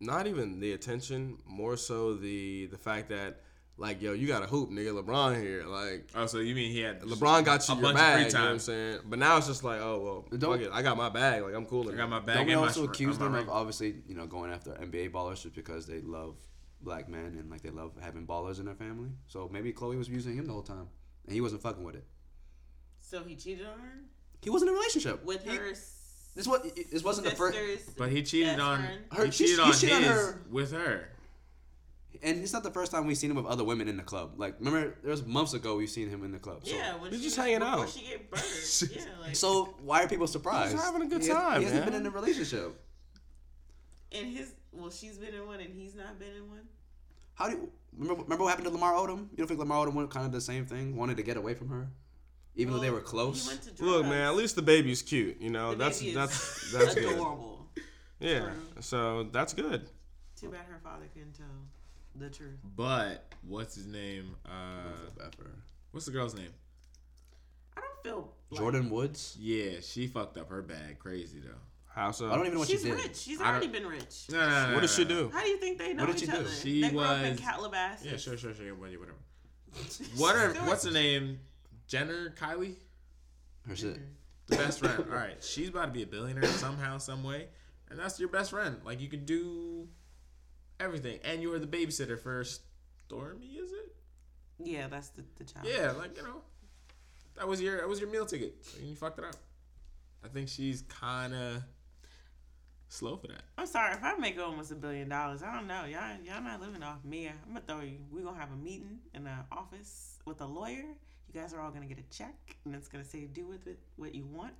Not even the attention, more so the the fact that like yo, you got a hoop, nigga. LeBron here, like.
Oh, so you mean he had
LeBron got you
A
your
bunch of free
bag, you know what I'm
time.
saying? But now it's just like, oh well,
Don't-
fuck it. I got my bag, like I'm cool.
I got my bag.
Don't we
and my
also
shrimp-
accuse
my
them
ring.
of obviously, you know, going after NBA ballers just because they love black men and like they love having ballers in their family? So maybe Chloe was using him the whole time, and he wasn't fucking with it.
So he cheated on her
He was in a relationship
with
He-
her
This was this wasn't the first,
sisters.
But he cheated
best
on.
friend.
Her-
he
she-
cheated
he
on
cheated on
his
her.
with her.
and it's not the first time we've seen him with other women in the club. Like remember, there was months ago we've seen him in the club. So,
Yeah, when
He's
she
just
was-
hanging
before
out.
She get
<laughs>
burned. yeah, like
So why are people surprised?
He's having a good
He has-
time,
He hasn't
man.
been in a relationship.
and his well, she's been in one and he's not been in one.
How do you remember? Remember what happened to Lamar Odom? You don't think Lamar Odom went kind of the same thing? Wanted to get away from her, even though they were close.
He went to drugs.
Look, man, at least the baby's cute, you know.
The
that's
baby is
that's that's good.
adorable.
Yeah, so that's good.
Too bad her father couldn't tell the truth.
But what's his name? Uh, what's the girl's name?
I don't feel like,
Jordan Woods.
Yeah, she fucked up her bag. Crazy though.
How so?
I don't even know what
She's
she did.
rich. She's
don't-
already been rich.
No, no, no,
What does
no,
she
no, no.
do?
How do you think they know
did
each
she do?
other?
She
they grew up in
was-
Calabasas.
Yeah, sure, sure, sure. Whatever. whatever.
<laughs>
What are what's her name? Jenner, Kylie,
Her shit.
the best friend. All right, she's about to be a billionaire somehow, some way, and that's your best friend. Like you can do everything, and you are the babysitter for Stormy, is it?
Yeah, that's the, the child.
Yeah, like you know, that was your that was your meal ticket, and you fucked it up. I think she's kind of slow for that.
I'm sorry if I make almost a billion dollars. I don't know. Y'all y'all not living off me. I'm gonna throw you. We're gonna have a meeting in the office with a lawyer. You guys are all gonna get a check, and it's gonna say do with it what you want.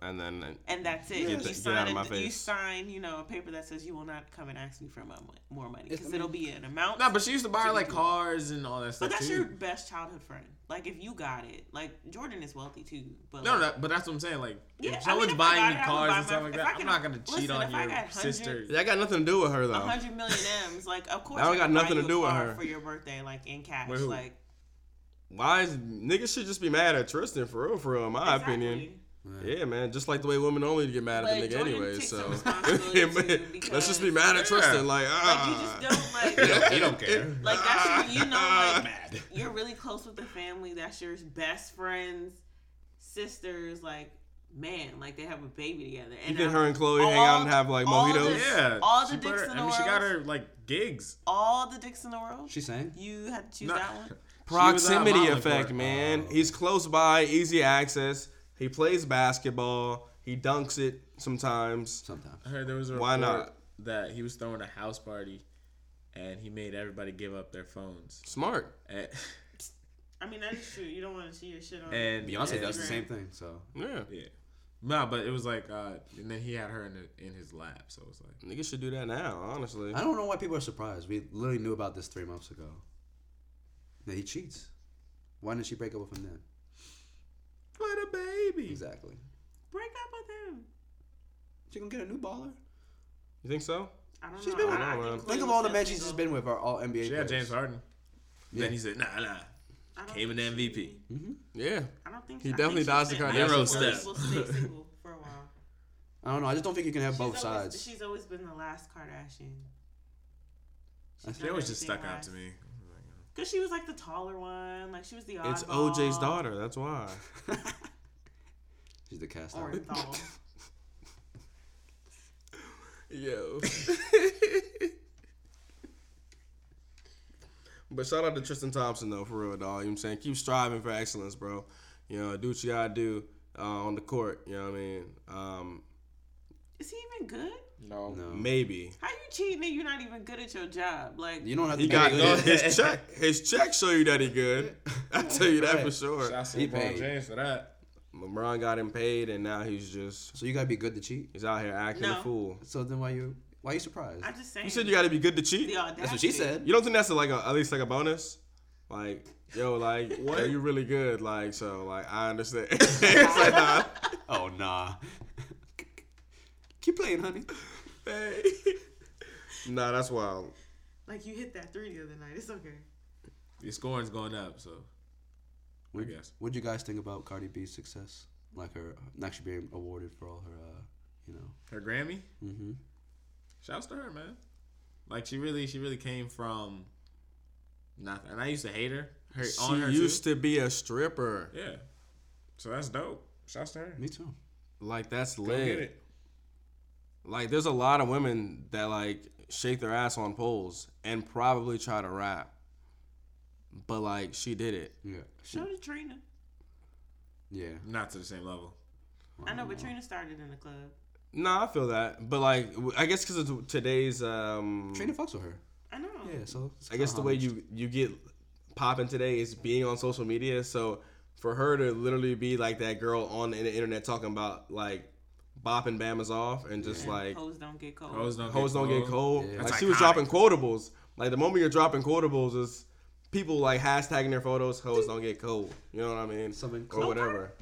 And then
and that's it.
Get
you
the- get
sign
out of
a-
my face.
you sign, you know, a paper that says you will not come and ask me for my, mo- more money
It's- I
because it'll be an amount.
Nah, but she used to buy like cars and all that
but
stuff
that's
too.
your best childhood friend. Like if you got it, like Jordan is wealthy too. But
No,
like,
no, but that's what I'm saying. Like,
Yeah, I
if someone's
mean, if I
buying you
got it, I would
cars
buy
and stuff
my-
like
if
that,
I
I'm
can-
not gonna cheat
listen,
on
if I
your
got 100
sister.
<laughs>
that got nothing to do with her though.
hundred million M's. Like of course,
That
I
don't got
could buy
nothing
you
to
a
do with
car
her.
for your birthday, like in cash.
Wait, who?
like
Why is niggas should just be mad at Tristan for real, for real, in my opinion.
exactly.
Yeah, man. Just like the way women only get mad at the
But
nigga
Jordan
anyway.
takes
So <laughs>
some responsibility, too,
let's
because-
just be mad at Tristan. Like,
Like you
Uh.
ah.
just don't like.
He don't, he
<laughs>
don't care.
Like
Uh.
that's your, you know, like
Mad.
you're really close with the family. That's your best friends, sisters. Like man, like they have a baby together. And
Even
I-
her and Chloe hang out and have like
all the-
mojitos.
yeah,
All the
she put
dicks
her,
in
I
the
mean, she got
world.
her like gigs.
all the dicks in the world.
She sang.
You had to choose
No.
that one.
Proximity
She was out of Motley
effect,
Crue.
man. He's close by, easy access. He plays basketball. He dunks it sometimes.
Sometimes.
I heard there was a report
Why not?
that he was throwing a house party, and he made everybody give up their phones.
Smart.
<laughs>
And,
I mean, that is true. You don't want to see your shit on.
and
Beyonce
and-
does the same thing. So
Yeah.
Yeah. No, but it was like, uh, and then he had her in, the, in his lap, so it was like,
Niggas should do that now, honestly.
I don't know why people are surprised. We literally knew about this three months ago. That he cheats. Why didn't she break up with him then?
what a baby.
Exactly.
Break up with him.
She gonna get a new baller.
You think so?
I don't
She's
know.
been
I-
with-
I
I don't know,
think
Think of all the men she's just been with are all NBA.
She
players.
had James Harden.
Yeah.
Then he said, nah, nah.
I don't
Came an
think she-
MVP.
Mm-hmm.
Yeah.
I don't think
He
I think
definitely
she's
dodged the
been- I
Kardashian
think
step.
She will stay single for a while.
I don't know. I just don't think you can have both
She's always-
sides.
She's always been the last Kardashian. She's
They
done
always just
everything
stuck out
last.
to me.
Cause she was like the taller one, like she was the
It's
oddball.
OJ's daughter. That's why.
<laughs> She's the cast
Or
iron.
Thal.
Yo. <laughs> but shout out to Tristan Thompson though, for real, dog. You know what I'm saying? Keep striving for excellence, bro. You know, do what you gotta do uh, on the court. You know what I mean? Um,
Is he even good?
No.
No.
maybe.
How you cheating and you're not even good at your job? Like
You don't have to
He got
be
good.
good.
his check. His check show you that he good. <laughs> I tell you that for sure.
Shots to
He
LeBron
paid.
James for that.
LeBron got him paid, and now he's just
So you gotta be good to cheat.
he's out here acting a
No.
fool.
So then why you why you surprised?
I'm just saying.
You said you got to be good to cheat.
the audacity.
That's what she said.
You don't think that's like a, at least like a bonus? Like,
<laughs>
yo, like, what? Yo, you really good, like, so, like, I understand. <laughs> It's like, nah.
Oh nah. Keep playing, honey.
Hey. nah, that's wild.
Like you hit that three the other night. It's okay.
His scoring's going up, so I
What
guess.
would you guys think about Cardi B's success? Like her actually being awarded for all her, uh, you know.
her Grammy.
Mm-hmm.
Shouts to her, man. Like she really, she really came from nothing. And I used to hate her. Her
She
on her
used
too.
to be a stripper.
Yeah. So that's dope. Shouts to her.
Me too.
Like, that's
Go get
lit.
it.
Like, there's a lot of women that, like, shake their ass on poles and probably try to rap. But, like, she did it.
Yeah. She,
So did Trina.
yeah.
Not to the same level.
I know, but Trina started in the club.
Nah, I feel that. But, like, w- I guess because of today's, um...
Trina fucks with her.
I know.
Yeah. So it's
I guess the
kinda
way
homage.
you you get popping today is being on social media. So for her to literally be like that girl on the internet talking about like bopping Bama's off and just like
Hoes don't get cold.
Hoes don't
hoes
get
don't
cold.
get cold.
Yeah.
Like
That's
she was
iconic.
dropping quotables. Like the moment you're dropping quotables is people like hashtagging their photos. Hoes don't get cold. You know what I mean?
Something
or
cool.
whatever.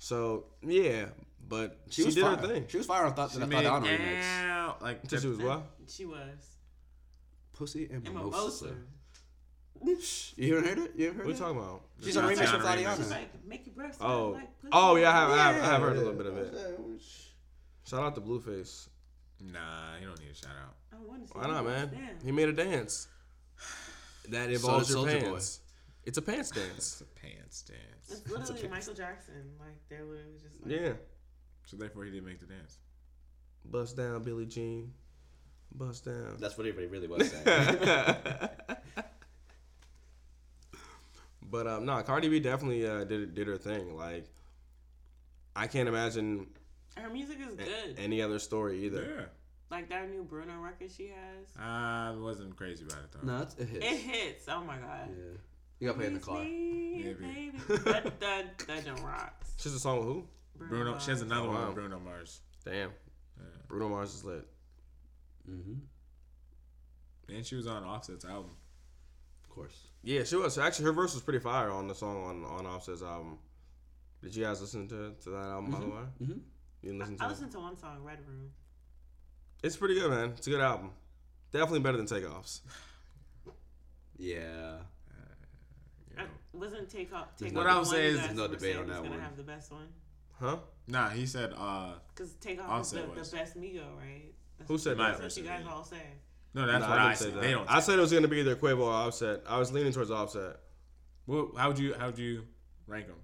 So yeah, but she,
She, was
did
fire.
her thing.
She was fire on thought
She
that I
made
thought on remix.
out like
She was what?
She was.
Pussy and
And
mimosa.
Mimosa.
You ever heard it? You ever
What are
heard
you
it?
talking about?
She's on a remix
Tatiana
with
remix.
She's
Tatiana.
like, make your breasts look
Oh,
like pussy.
oh yeah, I have, I have, I have heard a little bit of it. Shout out to Blueface.
<laughs> Nah, you don't need a shout out.
I want to see
Why not, man?
Damn.
He made a dance. <sighs> That involves your pants. It's a pants dance.
<laughs> It's a pants dance.
It's literally Michael Jackson. Like they're literally just like,
yeah.
So therefore, he didn't make the dance.
Bust down, Billie Jean. Bust
<laughs>
down.
That's what everybody really
<laughs>
was saying.
But um, no, Cardi B definitely uh, did did her thing. Like, I can't imagine
her music is good.
any other story either.
Yeah.
like that new Bruno record she has.
I wasn't crazy about it though.
no, it's, it hits.
It hits. Oh my god.
Yeah. You gotta play it in the
Please
car.
me,
Maybe.
baby. that that that don't rocks.
She's a song with who?
Bruno, she has
Mars.
another
Oh,
one
wow.
with Bruno Mars,
Damn. Bruno Mars is lit.
Mm-hmm.
and she was on Offset's album.
Of course.
Yeah, she was. Actually, her verse was pretty fire on the song on on Offset's album. Did you guys listen to to that album by the way?
Mm-hmm.
You didn't listen to
I
it?
listened to one song, Red Room.
It's pretty good, man. It's a good album. Definitely better than Takeoffs.
Yeah.
I wasn't take off. Take
debate.
off the
no
What I'll
one
say
you
is
guys
there's
no
were
debate
saying
on
was
that
gonna
one.
Have the best one
Huh?
Nah, he said. uh
because take
I'll
off is
say
the,
it was.
the best Migo, right? That's
Who said
My
that?
That's what you guys all say.
No, that's
Nah,
what I,
didn't
said.
that.
They don't.
I said it was going to be either Quavo or Offset. I was leaning towards Offset.
Well, how'd you how'd you rank them?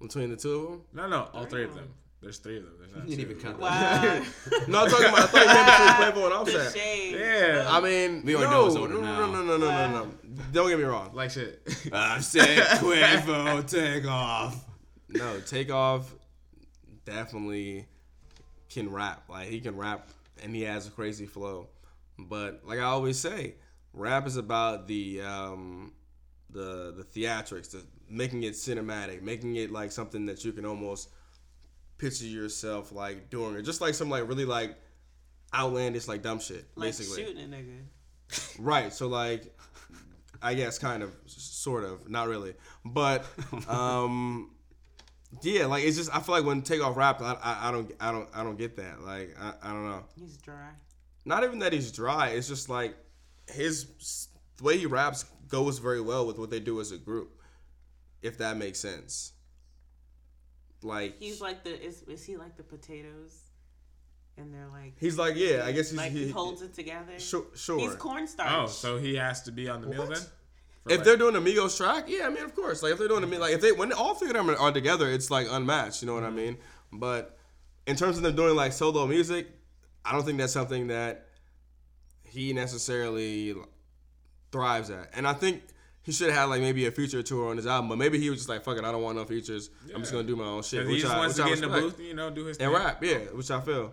Between the two of them?
No, no, all three of
Three.
them. There's three of them. There's not
You didn't
two.
even count
Wow. <laughs>
No, I'm talking about I thought you meant between Quavo and
the
Offset.
shade.
<laughs>
Yeah,
I mean,
We
no,
already know it's
no,
over
no,
now.
no, no, no, no, no, no. Don't get me wrong.
like
<laughs>
shit.
Uh,
I've said Quavo, take off.
No, Takeoff definitely can rap. Like he can rap and he has a crazy flow. But like I always say, rap is about the um, the the theatrics, the making it cinematic, making it like something that you can almost picture yourself like doing it. Just like some like really like outlandish like dumb shit,
Like
basically.
shooting a nigga.
Right. So like, I guess kind of, s- sort of, not really, but um, yeah. Like it's just I feel like when Takeoff rapped, I, I I don't I don't I don't get that. Like I, I don't know.
He's dry.
Not even that he's dry. It's just like his s- the way he raps goes very well with what they do as a group, if that makes sense. Like
He's like the is is he like the potatoes? And they're like
he's like yeah. I guess he's
like
he,
he holds it together.
sure sure.
He's
<laughs>
cornstarch.
Oh, so he has to be on the meal
What?
then? For
If
like-
they're doing a Migos track, yeah, I mean, of course. Like if they're doing a Mi- like if they when all three of them are- are together, it's like unmatched. You know what
Mm-hmm.
I mean? But in terms of them doing like solo music, I don't think that's something that he necessarily thrives at. And I think he should have had like maybe a future tour on his album, but maybe he was just like, "Fuck it, I don't want no features. I'm just
Yeah.
gonna do my own shit."
'Cause
which
he just
I-
wants to
which I
get in the
respect.
booth, you know, do his
and
thing.
rap, yeah, which I feel.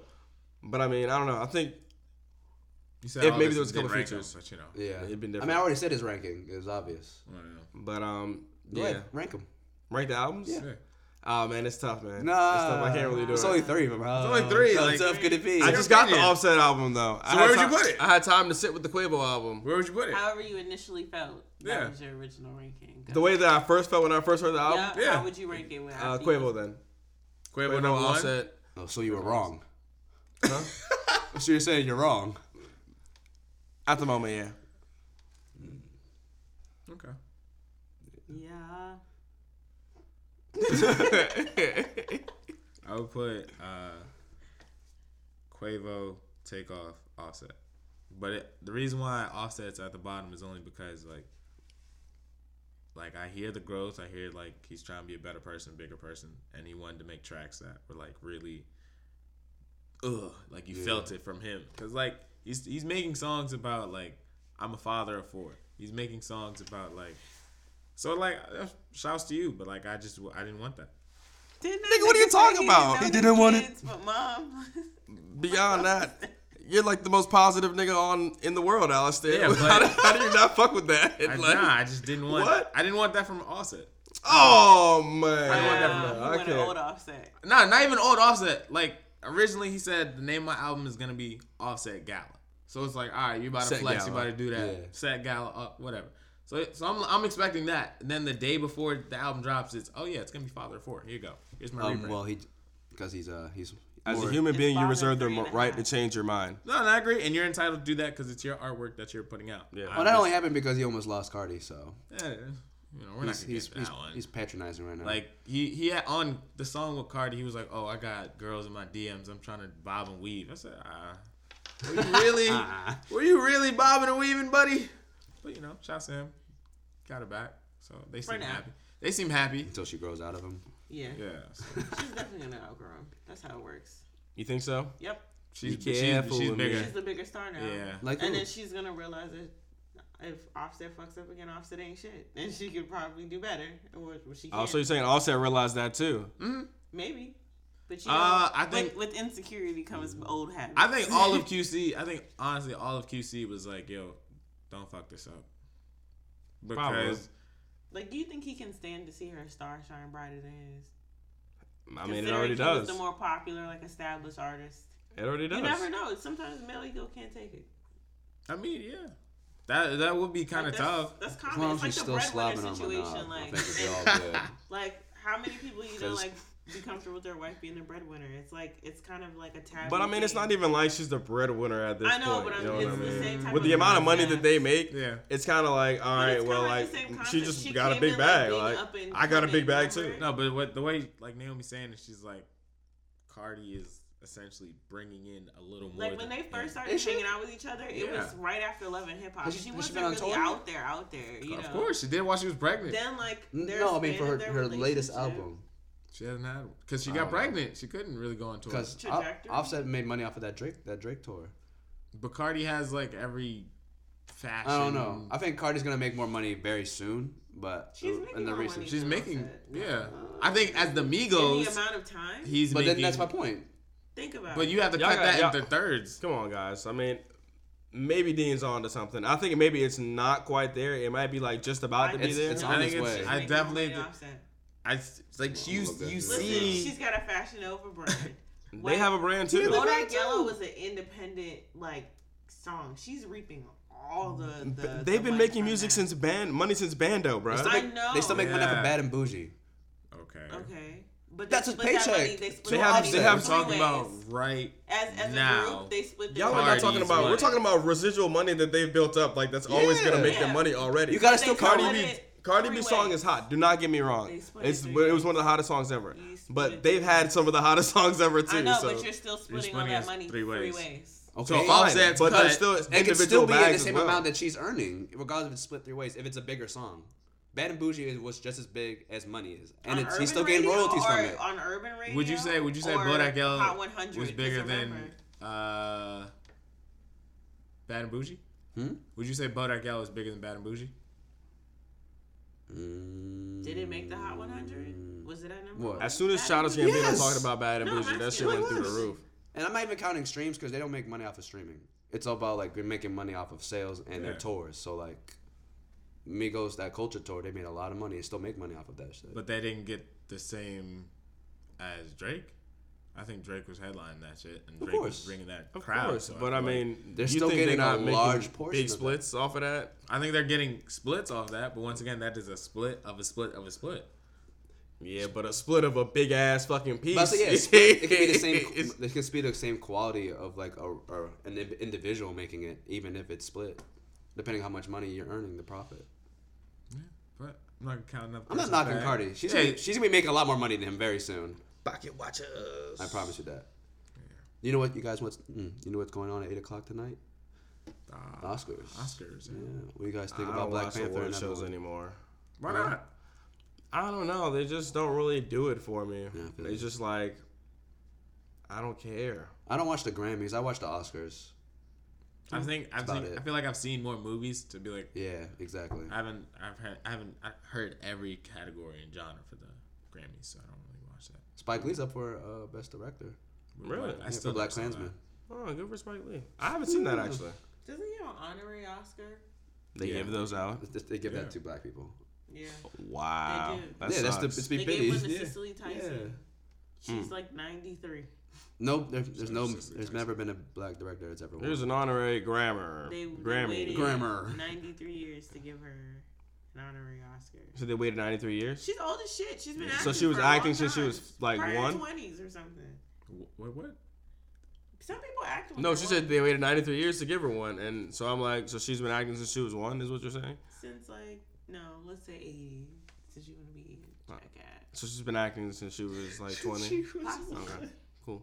But I mean, I don't know. I think
You said
If
all
maybe
this
there was a
did
couple
rank
features.
him, but you know,
Yeah,
It'd been
I
different.
mean, I already said his ranking. It was obvious.
I don't know.
but um,
Go
yeah,
ahead, rank him.
rank the albums.
Yeah.
Oh man, it's tough, man. it's
Nah,
tough. I can't really do
It's
it.
only three of them. It's
only three,
How
like-
tough could it be? Oh,
I just got the
opinion.
Offset album though. I
So
had
where would you
time-
put it?
I had time to sit with the Quavo album.
Where would you put it?
However you initially felt, that
Yeah.
was your original ranking.
The way that I first felt when I first heard the
yeah,
album,
yeah.
How would you rank it with
uh,
after you-
Quavo then.
Quavo
Quavo,
number one.
Offset.
Oh, so you were wrong. <laughs> so you're saying you're wrong.
At the moment, yeah.
Okay.
Yeah.
I would put uh, Quavo, Takeoff, Offset. But it, the reason why Offset's at the bottom is only because like, like I hear the growth. I hear like he's trying to be a better person, bigger person, and he wanted to make tracks that were like really, ugh, like you felt it from him. Cause like he's he's making songs about like I'm a father of four. He's making songs about like, so like, uh, shouts to you. But like I just I didn't want that.
Didn't
Nigga, what are you talking about? He
didn't want it. But mom,
<laughs>
<laughs>
Oh, Beyond that, you're like the most positive nigga on in the world, Alistair.
Yeah, but-
<laughs> how, do, how do you not fuck with that?
<laughs>
I,
Like,
nah, I just didn't want.
What?
I didn't want that from Offset.
Oh man.
I
want that from
um,
I
went an
can't.
old offset.
Nah, not even old Offset. Like originally, he said the name of my album is gonna be Offset Gala. So it's like, all right, you about to
Set
flex,
Gala.
you about to do that,
Yeah.
Set Gala, uh, whatever. So, so I'm, I'm expecting that. And then the day before the album drops, it's oh yeah, it's gonna be Father of Four. Here you go. Here's my
Um,
rebrand.
well, he because he's uh he's
As a
more-
human
His
being, you
father
reserve the
three and a
right to
half.
change your mind.
no, no, I agree, and you're entitled to do that because it's your artwork that you're putting out. Yeah.
Well, that only happened because he almost lost Cardi, so
you know, we're not
he's
gonna
he's,
get
he's,
that one.
he's patronizing right now.
Like he he had on the song with Cardi, he was like, "Oh, I got girls in my DMs. I'm trying to bob and weave." I said, "Ah, were you
<laughs>
really? were you really bobbing and weaving, buddy?" But you know, shouts to him, got it back. So they seem
now.
happy. They seem happy.
until she grows out of him.
Yeah,
Yeah, so
<laughs>
she's definitely gonna outgrow him. That's how it works.
You think so?
Yep,
she's
Be
she's,
careful
she's
with me.
bigger.
she's the bigger star now.
Yeah,
Like
and
who?
then she's gonna realize that if Offset fucks up again, Offset ain't shit, and she could probably do better. Or or she can.
Oh, so you're saying Offset realized that too?
maybe. But you know,
Uh, I
with-
think-
with, insecurity comes old habits.
I think all of QC. I think honestly, all of QC was like, "Yo, don't fuck this up," because
<laughs> like, do you think he can stand to see her star shine brighter than his?
I mean, it
Considering
already
he was
does.
The more popular, like established artist,
It already does.
you never know. Sometimes male ego can't take it.
I mean, yeah, that that would be kind of
Like, that's,
tough.
That's
As
common.
long
It's
as
like
she's
the
still slobbing
breadwinner
on my
situation. Like,
knob, I
<laughs>
think it's
it-
all good.
like how many people you know
'Cause-
like be comfortable with their wife being the breadwinner? It's like it's kind of like a taboo.
But I mean, it's
thing.
not even like she's the breadwinner at this
I know,
point.
but I'm,
you know
it's
what I
the
mean?
same type
With the amount of money that
concept.
they make,
Yeah.
it's kind of like, all
But it's
right,
kinda
well,
like
like,
the same
she
concept.
just
She
got a
came
big
in, like,
bag.
being
Like,
up and
I got a
coming,
big bag too.
remember?
No, but what the way like Naomi's saying it, she's like, Cardi is essentially bringing in a little more.
Like when
than-
they first
yeah.
started hanging out with each other, it
Yeah.
was right after Love and Hip Hop.
Has she-
She
has she
wasn't
been on
really
tour?
out there, out there. You know,
Of course, she did while she was pregnant.
Then like there's
No, I mean for her
been their
her latest
relationship.
album
She hasn't had because she got pregnant. She couldn't really go on tour.
because
Trajectory.
Offset made money off of that Drake that Drake tour.
But Cardi has like every fashion.
I don't know.
mm.
I think Cardi's gonna make more money very soon, but
She's
in
making
the
more
recent.
money.
She's making
Offset.
yeah. I think as the
In the
Migos,
amount of time.
he's
But
making.
then that's my point.
Think about
But
it.
you have to
Y'all
cut
got-
that
y'all-
into thirds.
Come on, guys. I mean, maybe Dean's on to something. I think maybe it's not quite there. It might be like just about to be
It's-
there.
it's
I
on
think
its
it's-
way.
I
Make
definitely,
complete offset.
I s- it's like you,
look at
you
it.
Listen,
see.
she's got a fashion over
<laughs>
brand.
they have a brand too.
Kodak Yellow was an independent like song. She's reaping all the. the
But
the
They've been
money
making
from
music
that.
since band money since Bando, bro.
I know.
They still make money off
Yeah.
of Bad and Bougie.
Okay.
Okay. But
That's
they
his
split that
paycheck.
money- They, split
They
that
have-
money
they have-
I'm
three
talking about
ways.
right
as as a
now.
group they split. The
Y'all are not
Cardi's
talking about. We're
money.
talking about residual money that they've built up. Like that's always gonna make
Yeah.
them money already.
You gotta
They
still
call
Cardi
it
B.
it
Cardi
three
B song
ways.
is hot. Do not get me wrong.
They split it
It's
three
but it
ways.
was one of the hottest songs ever.
You split
But
it
they've
three
had some of the hottest songs ever too.
I know,
so.
but you're still splitting all
splitting
that
it
money
three
three ways.
ways.
Okay.
so fine,
offsets
but there's
cut.
still
it could still
individual
be in the
bags as
same
well.
amount that she's earning, regardless if it's split three ways. If it's a bigger song, Bad and Bougie is, was just as big as Money is, and
On
it's, he's
urban
still getting
radio
royalties from
or
it.
On urban radio.
Would you say? Would you say
or
Bodak Yellow
Hot 100,
was
just
bigger
remember.
than uh, Bad and Bougie?
Hmm?
Would you say Bodak Yellow is bigger than Bad and Bougie?
Did it make the Hot 100? Was it at number?
What?
one?
Mm. As soon as
Bad
Childish
Bunny?
Gambino
Yes.
talking about Bad and
No,
Bougie,
I'm
that
asking
shit went
you.
through the roof.
And I'm not even counting streams because they don't make money off of streaming. It's all about like making money off of sales and their
Yeah.
tours. So like, Migos that culture tour, they made a lot of money and still make money off of that shit.
But they didn't get the same as Drake. I think Drake was headlining that shit, and Drake
course.
was bringing that
Of
crowd.
course,
so
but I
feel like-
mean,
They're
you
still
think they're
getting a
not making
large portion
big
of that.
splits off of that.
I think they're getting splits off that. But once again, that is a split of a split of a split.
Yeah, but a split of a big ass fucking piece.
But so, yeah, it's- it can be
<laughs>
the same. It can be the same quality of like a, or an in- individual making it, even if it's split, depending how much money you're earning, the profit.
But I'm not counting up.
I'm not
Chris's
knocking
bag.
Cardi. She's
Yeah,
gonna, be- she's gonna be making a lot more money than him very soon.
Pocket watchers.
I promise you that. You know what, you guys? What's mm, you know what's going on at eight o'clock tonight?
Ah,
Oscars.
Oscars.
Yeah.
Yeah.
What do you guys think
I
about
don't
Black
watch
Panther
award
and
shows
shows
anymore.
Why not?
I don't know. They just don't really do it for me.
Yeah, I feel
It's
you.
just like I don't care.
I don't watch the Grammys. I watch the Oscars.
I think I've
about
seen,
it.
I feel like I've seen more movies to be like
Yeah, exactly.
I haven't I've heard I haven't I heard every category and genre for the Grammys, so I don't really watch that.
Spike Lee's up for uh, best director.
But
Really?
I
Yeah, for Black
never saw
Klansman.
Oh, good for Spike Lee. I haven't seen that actually.
Doesn't he have an honorary Oscar?
They
Yeah.
give those out.
They- They give
Yeah.
that to black people.
Yeah.
Wow.
They do.
That
yeah,
sucks.
that's the it's
They
big
gave one to
Yeah.
Cicely Tyson.
Hmm.
She's like 93.
No, there, there's no,
Sister
there's
Tyson.
never been a black director that's ever won.
Here's an honorary grammar.
They, they
Grammy.
waited
Grammar.
93 years to give her an honorary Oscar.
so they waited 93 years.
She's old as shit. She's been acting.
So she was
for a long
acting since she
time.
was, like,
Her
one?
Twenties or something.
Wh- What what?
Some people act. when
No,
they're
she
one,
said they waited 93 years to give her one, and so I'm like, so she's been acting since she was one, is what you're saying?
since like no, let's say eighty. Since you want to be a jackass.
So she's been acting since she was like 20.
Possibly.
Okay, cool.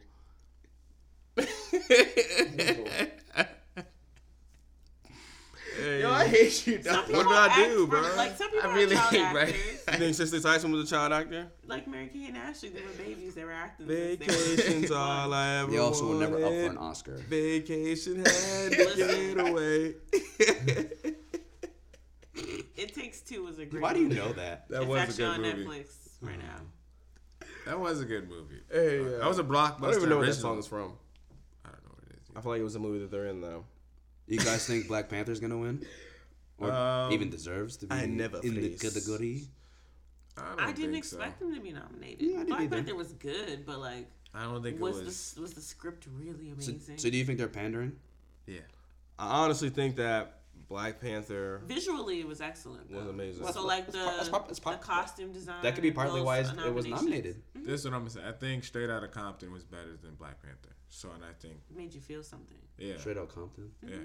Yo, I hate
Some
What
people
did I
act
do,
from-
bro?
Like some people
I
really
really
are child
hate right-
actors.
you. Think Cicely Tyson was a child actor?
<laughs> Like Mary Kay and Ashley, they were babies. They were acting. since <laughs> they were-
Vacation's all I ever
They also were
wanted.
never up for an Oscar.
<laughs>
Vacation had to get away.
It Takes Two was a great.
Why do you
movie.
<laughs>
know that?
That
It's
was a
actually
good
on
movie.
Netflix right now.
That was a good movie.
Hey,
Uh,
yeah.
That was a blockbuster.
I don't even know where that
original.
song is from.
I don't know what it is.
I feel like it was a movie that they're in, though.
You guys think Black Panther's gonna win, or
Um,
even deserves to be
I never
in the
face.
category?
I, don't
I didn't
think
expect
So.
them to be nominated.
I didn't
Black
either.
Panther was good, but like,
I don't think
was,
it was.
the was the script really
So,
amazing?
so do you think they're pandering?
Yeah.
I honestly think that Black Panther
Visually, it was excellent.
was
though.
amazing.
So like the,
prob- that's prob- that's prob-
the costume design.
That could be partly
those
why it's- it was
Uh, nominations
nominated.
Mm-hmm.
This is what I'm gonna say. I think Straight Outta Compton was better than Black Panther. So and I think
Made you feel something.
yeah
Straight Mm-hmm. out Compton.
yeah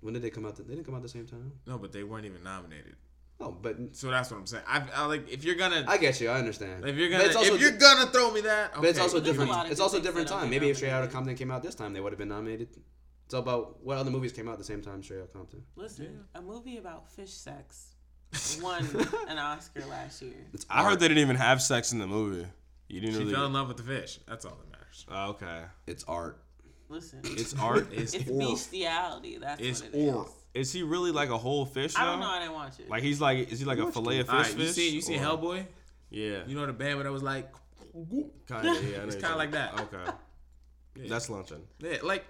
When did they come out? The, they didn't come out the same time.
no, but they weren't even nominated.
Oh, but
So that's what I'm saying. I, I like if you're gonna
I get you. I understand.
if you're
But
gonna
it's also
if you're
di-
gonna throw me that, okay.
but it's also
There's a
different.
lot of
It's
good
also
things
different
that don't
time.
get
Maybe if Straight Outta
nominated.
Compton came out this time, they would have been nominated. It's all about what other movies came out at the same time. Straight Outta Compton.
Listen, a movie about fish sex
<laughs>
won an Oscar last year.
It's
I heard
art.
they didn't even have sex in the movie. You didn't
She
really.
fell in love with the fish. That's all that matters.
Oh, okay.
It's art.
Listen, it's,
It's <laughs> art.
It's
It's or.
bestiality. That's
It's
what it is.
or.
Is he really like a whole fish though?
I don't know. I didn't watch it.
Like he's like, is he like a fillet of fish?
All right, you
fish,
see, you see
or-
Hellboy.
Yeah. <laughs>
You know the band where that was like,
Kind of. Yeah. I
it's
know you're
kind of
saying.
like that.
Okay. That's launching.
Yeah,
<laughs>
like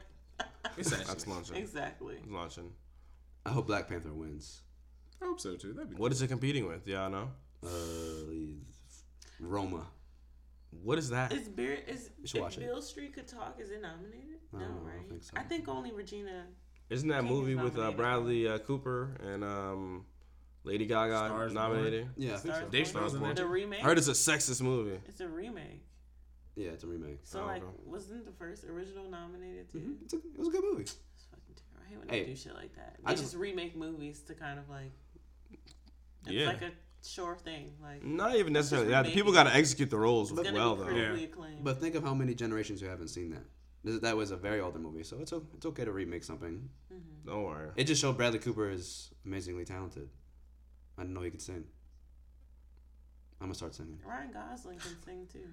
essentially.
That's launching. It's
Exactly.
launching.
I hope Black Panther wins.
I hope so too. That'd be
What is it competing with? Yeah, I know.
Uh, Roma.
What is that?
Is Bear is
should
if
watch it.
Bill Street could talk? Is it nominated? No,
No, I don't
right?
think so.
I think only Regina.
Isn't that
King
movie
is
with uh,
nominated.
Bradley uh, Cooper and um, Lady Gaga
Stars Born.
nominated?
Yeah, I think so.
Stars
Dave Stars
Born.
in
the
it.
remake.
I heard it's a sexist movie.
It's a remake.
yeah, it's a remake.
So
Oh,
like,
okay.
wasn't the first original nominated too?
It's a, it was a good movie.
It's fucking terrible. I hate when
Mm-hmm. Hey,
they do shit like that.
I
They
just-
just, remake movies to kind of like. It's
Yeah.
like a sure thing. Like it's
Not even necessarily that. The
remake
people
it.
got to execute the roles
gonna
well,
be
though.
critically
Yeah.
acclaimed.
But think of how many generations who haven't seen that. This- That was a very older movie, so it's o- it's okay to remake something.
Don't worry.
It just showed Bradley Cooper is amazingly talented. I didn't know he could sing. I'm gonna start singing.
Ryan Gosling can sing too.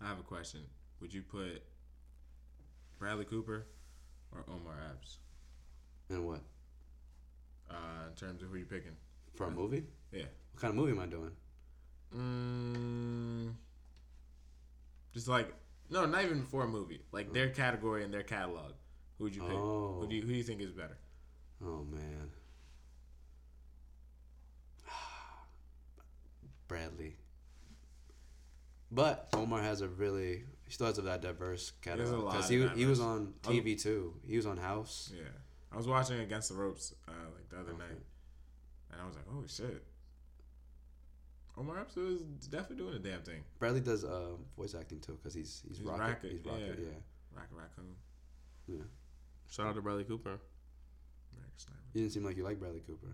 I have a question. Would you put Bradley Cooper or Omar Epps
And what?
uh, in terms of who you picking?
For a movie?
Yeah.
What kind of movie am I doing?
Mm, just like no, not even for a movie. Like
Mm.
their category and their catalog. Who would you pick?
Oh.
Who do you who do you think is better?
Oh man. <sighs> Bradley. But Omar has a really he still has a that diverse
has a
catalog
lot of
because he, he was
diverse.
on TV too. He was on House.
Yeah. I was watching Against the Ropes uh, like the other night, and I was like, "Oh shit!" Omar Epps is definitely doing a damn thing.
Bradley does uh, voice acting too because he's he's,
He's
rocket,
Rocket,
He's rocket.
yeah.
Yeah.
Rocket Raccoon,
yeah.
Shout out to Bradley Cooper.
American Sniper.
You didn't seem like you like Bradley Cooper.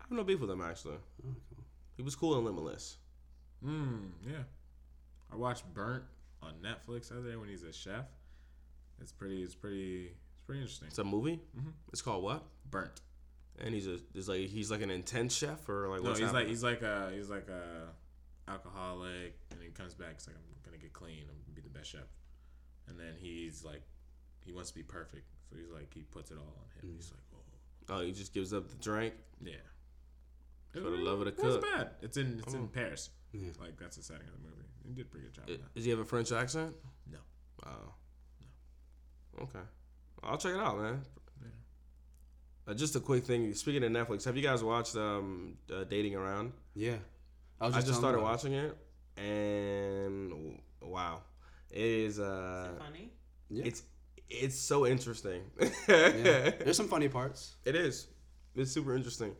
I have no beef with him actually.
Oh, cool.
He was cool in Limitless.
Mm, yeah. I watched Burnt on Netflix the other day when he's a chef. It's pretty. It's pretty. It's pretty interesting.
It's a movie. It's called what?
Burnt.
Mm-hmm. And he's a he's like he's like an intense chef or like
No,
what's
he's like
happening?
he's like a he's like a alcoholic, and he comes back. He's like, I'm gonna get clean. I'm gonna be the best chef. And then he's like, he wants to be perfect, so he's like, he puts it all on him. He's like, oh,
oh he just gives up the drink.
yeah.
For the love of the
It wasn't
cook.
bad. It's in it's in Paris.
Yeah.
Like that's the setting of the movie. He did a pretty good job.
I-
of that.
Does he have a French accent?
No.
Oh. Okay. I'll check it out, man. Uh, just a quick thing. Speaking of Netflix, have you guys watched um, uh, Dating Around?
Yeah. was
I just
telling
started
him about
watching it, and w- wow, it is. Uh,
Is it funny?
Yeah.
It's it's so interesting.
it. Yeah. There's some funny parts.
<laughs> It is. It's super interesting.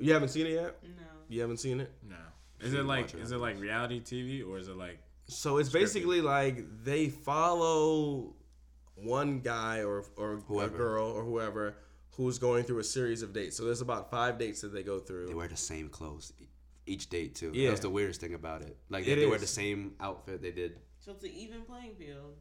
You haven't seen it yet.
No.
You haven't seen it.
No. Is it
watch
like
it
is it like reality TV or is it like
So it's basically like they follow one guy or or
Whoever.
a girl or whoever who's going through a series of dates. So there's about five dates that they go
They
through.
wear the same clothes e- each date too. Yeah.
Yeah.
That was the weirdest thing about it. Like they,
It
they wear
is.
the same outfit they did.
So it's an even playing field.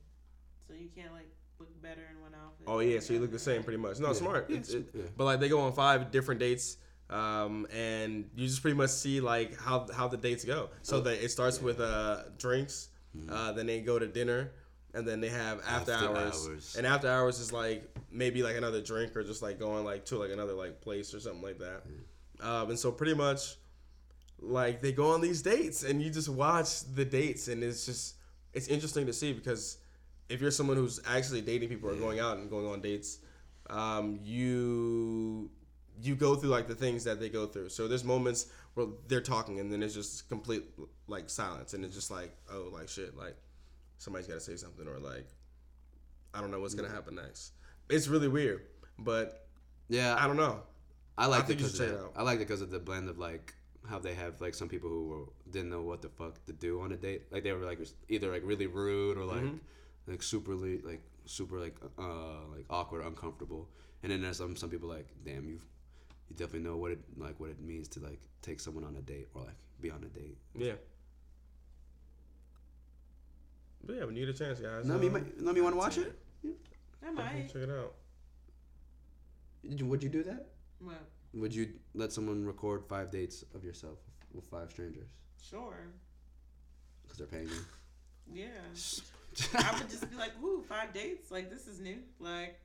So you can't like look better in one outfit.
Oh
than
yeah,
the
so you look
other.
the same pretty much. No, smart.
Yeah,
It's-
it's-
it-
yeah.
But like they go on five different dates, um, and you just pretty much see like how how the dates go. So that it starts with uh, drinks, uh, then they go to dinner, and then they have after,
Mm-hmm. After
hours.
hours.
And after hours is like maybe like another drink or just like going like to like another like place or something like that. Um, and so pretty much like they go on these dates and you just watch the dates and it's just it's interesting to see because if you're someone who's actually dating people or going out and going on dates um, you you go through like the things that they go through so there's moments where they're talking and then it's just complete like silence and it's just like oh like shit like somebody's got to say something or like i don't know what's gonna happen next it's really weird but
Yeah,
i don't know
I like
I think you
because
should
of
check
that.
it out.
I like it because of the blend of like how they have like some people who were, didn't know what the fuck to do on a date. Like they were like either like really rude or like like superly like super like uh like awkward, uncomfortable. And then there's some some people like, damn you, you definitely know what it like what it means to like take someone on a date or like be on a date.
yeah but yeah when you get a chance guys
Nami,
uh,
might- Nami, want to watch it?
I might.
check it out
Did you- Would you do that?
Well,
Would you let someone record five dates of yourself with five strangers
sure.
because they're paying you?
Yeah. I would just be like, ooh, five dates. Like this is new. Like,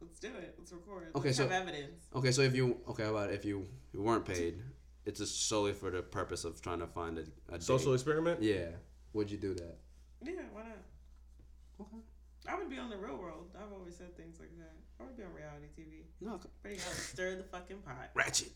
let's do it. Let's record.
Okay,
let's
so-
have evidence.
Okay, so if you okay, how about if you, you weren't paid, it's just solely for the purpose of trying to find a, a
social
date.
experiment
Yeah, would you do that?
Yeah, why not?
Okay.
I would be on the real world. I've always said things like that. I would be on reality TV.
No,
Pretty
<laughs>
much stir the fucking pot.
Ratchet.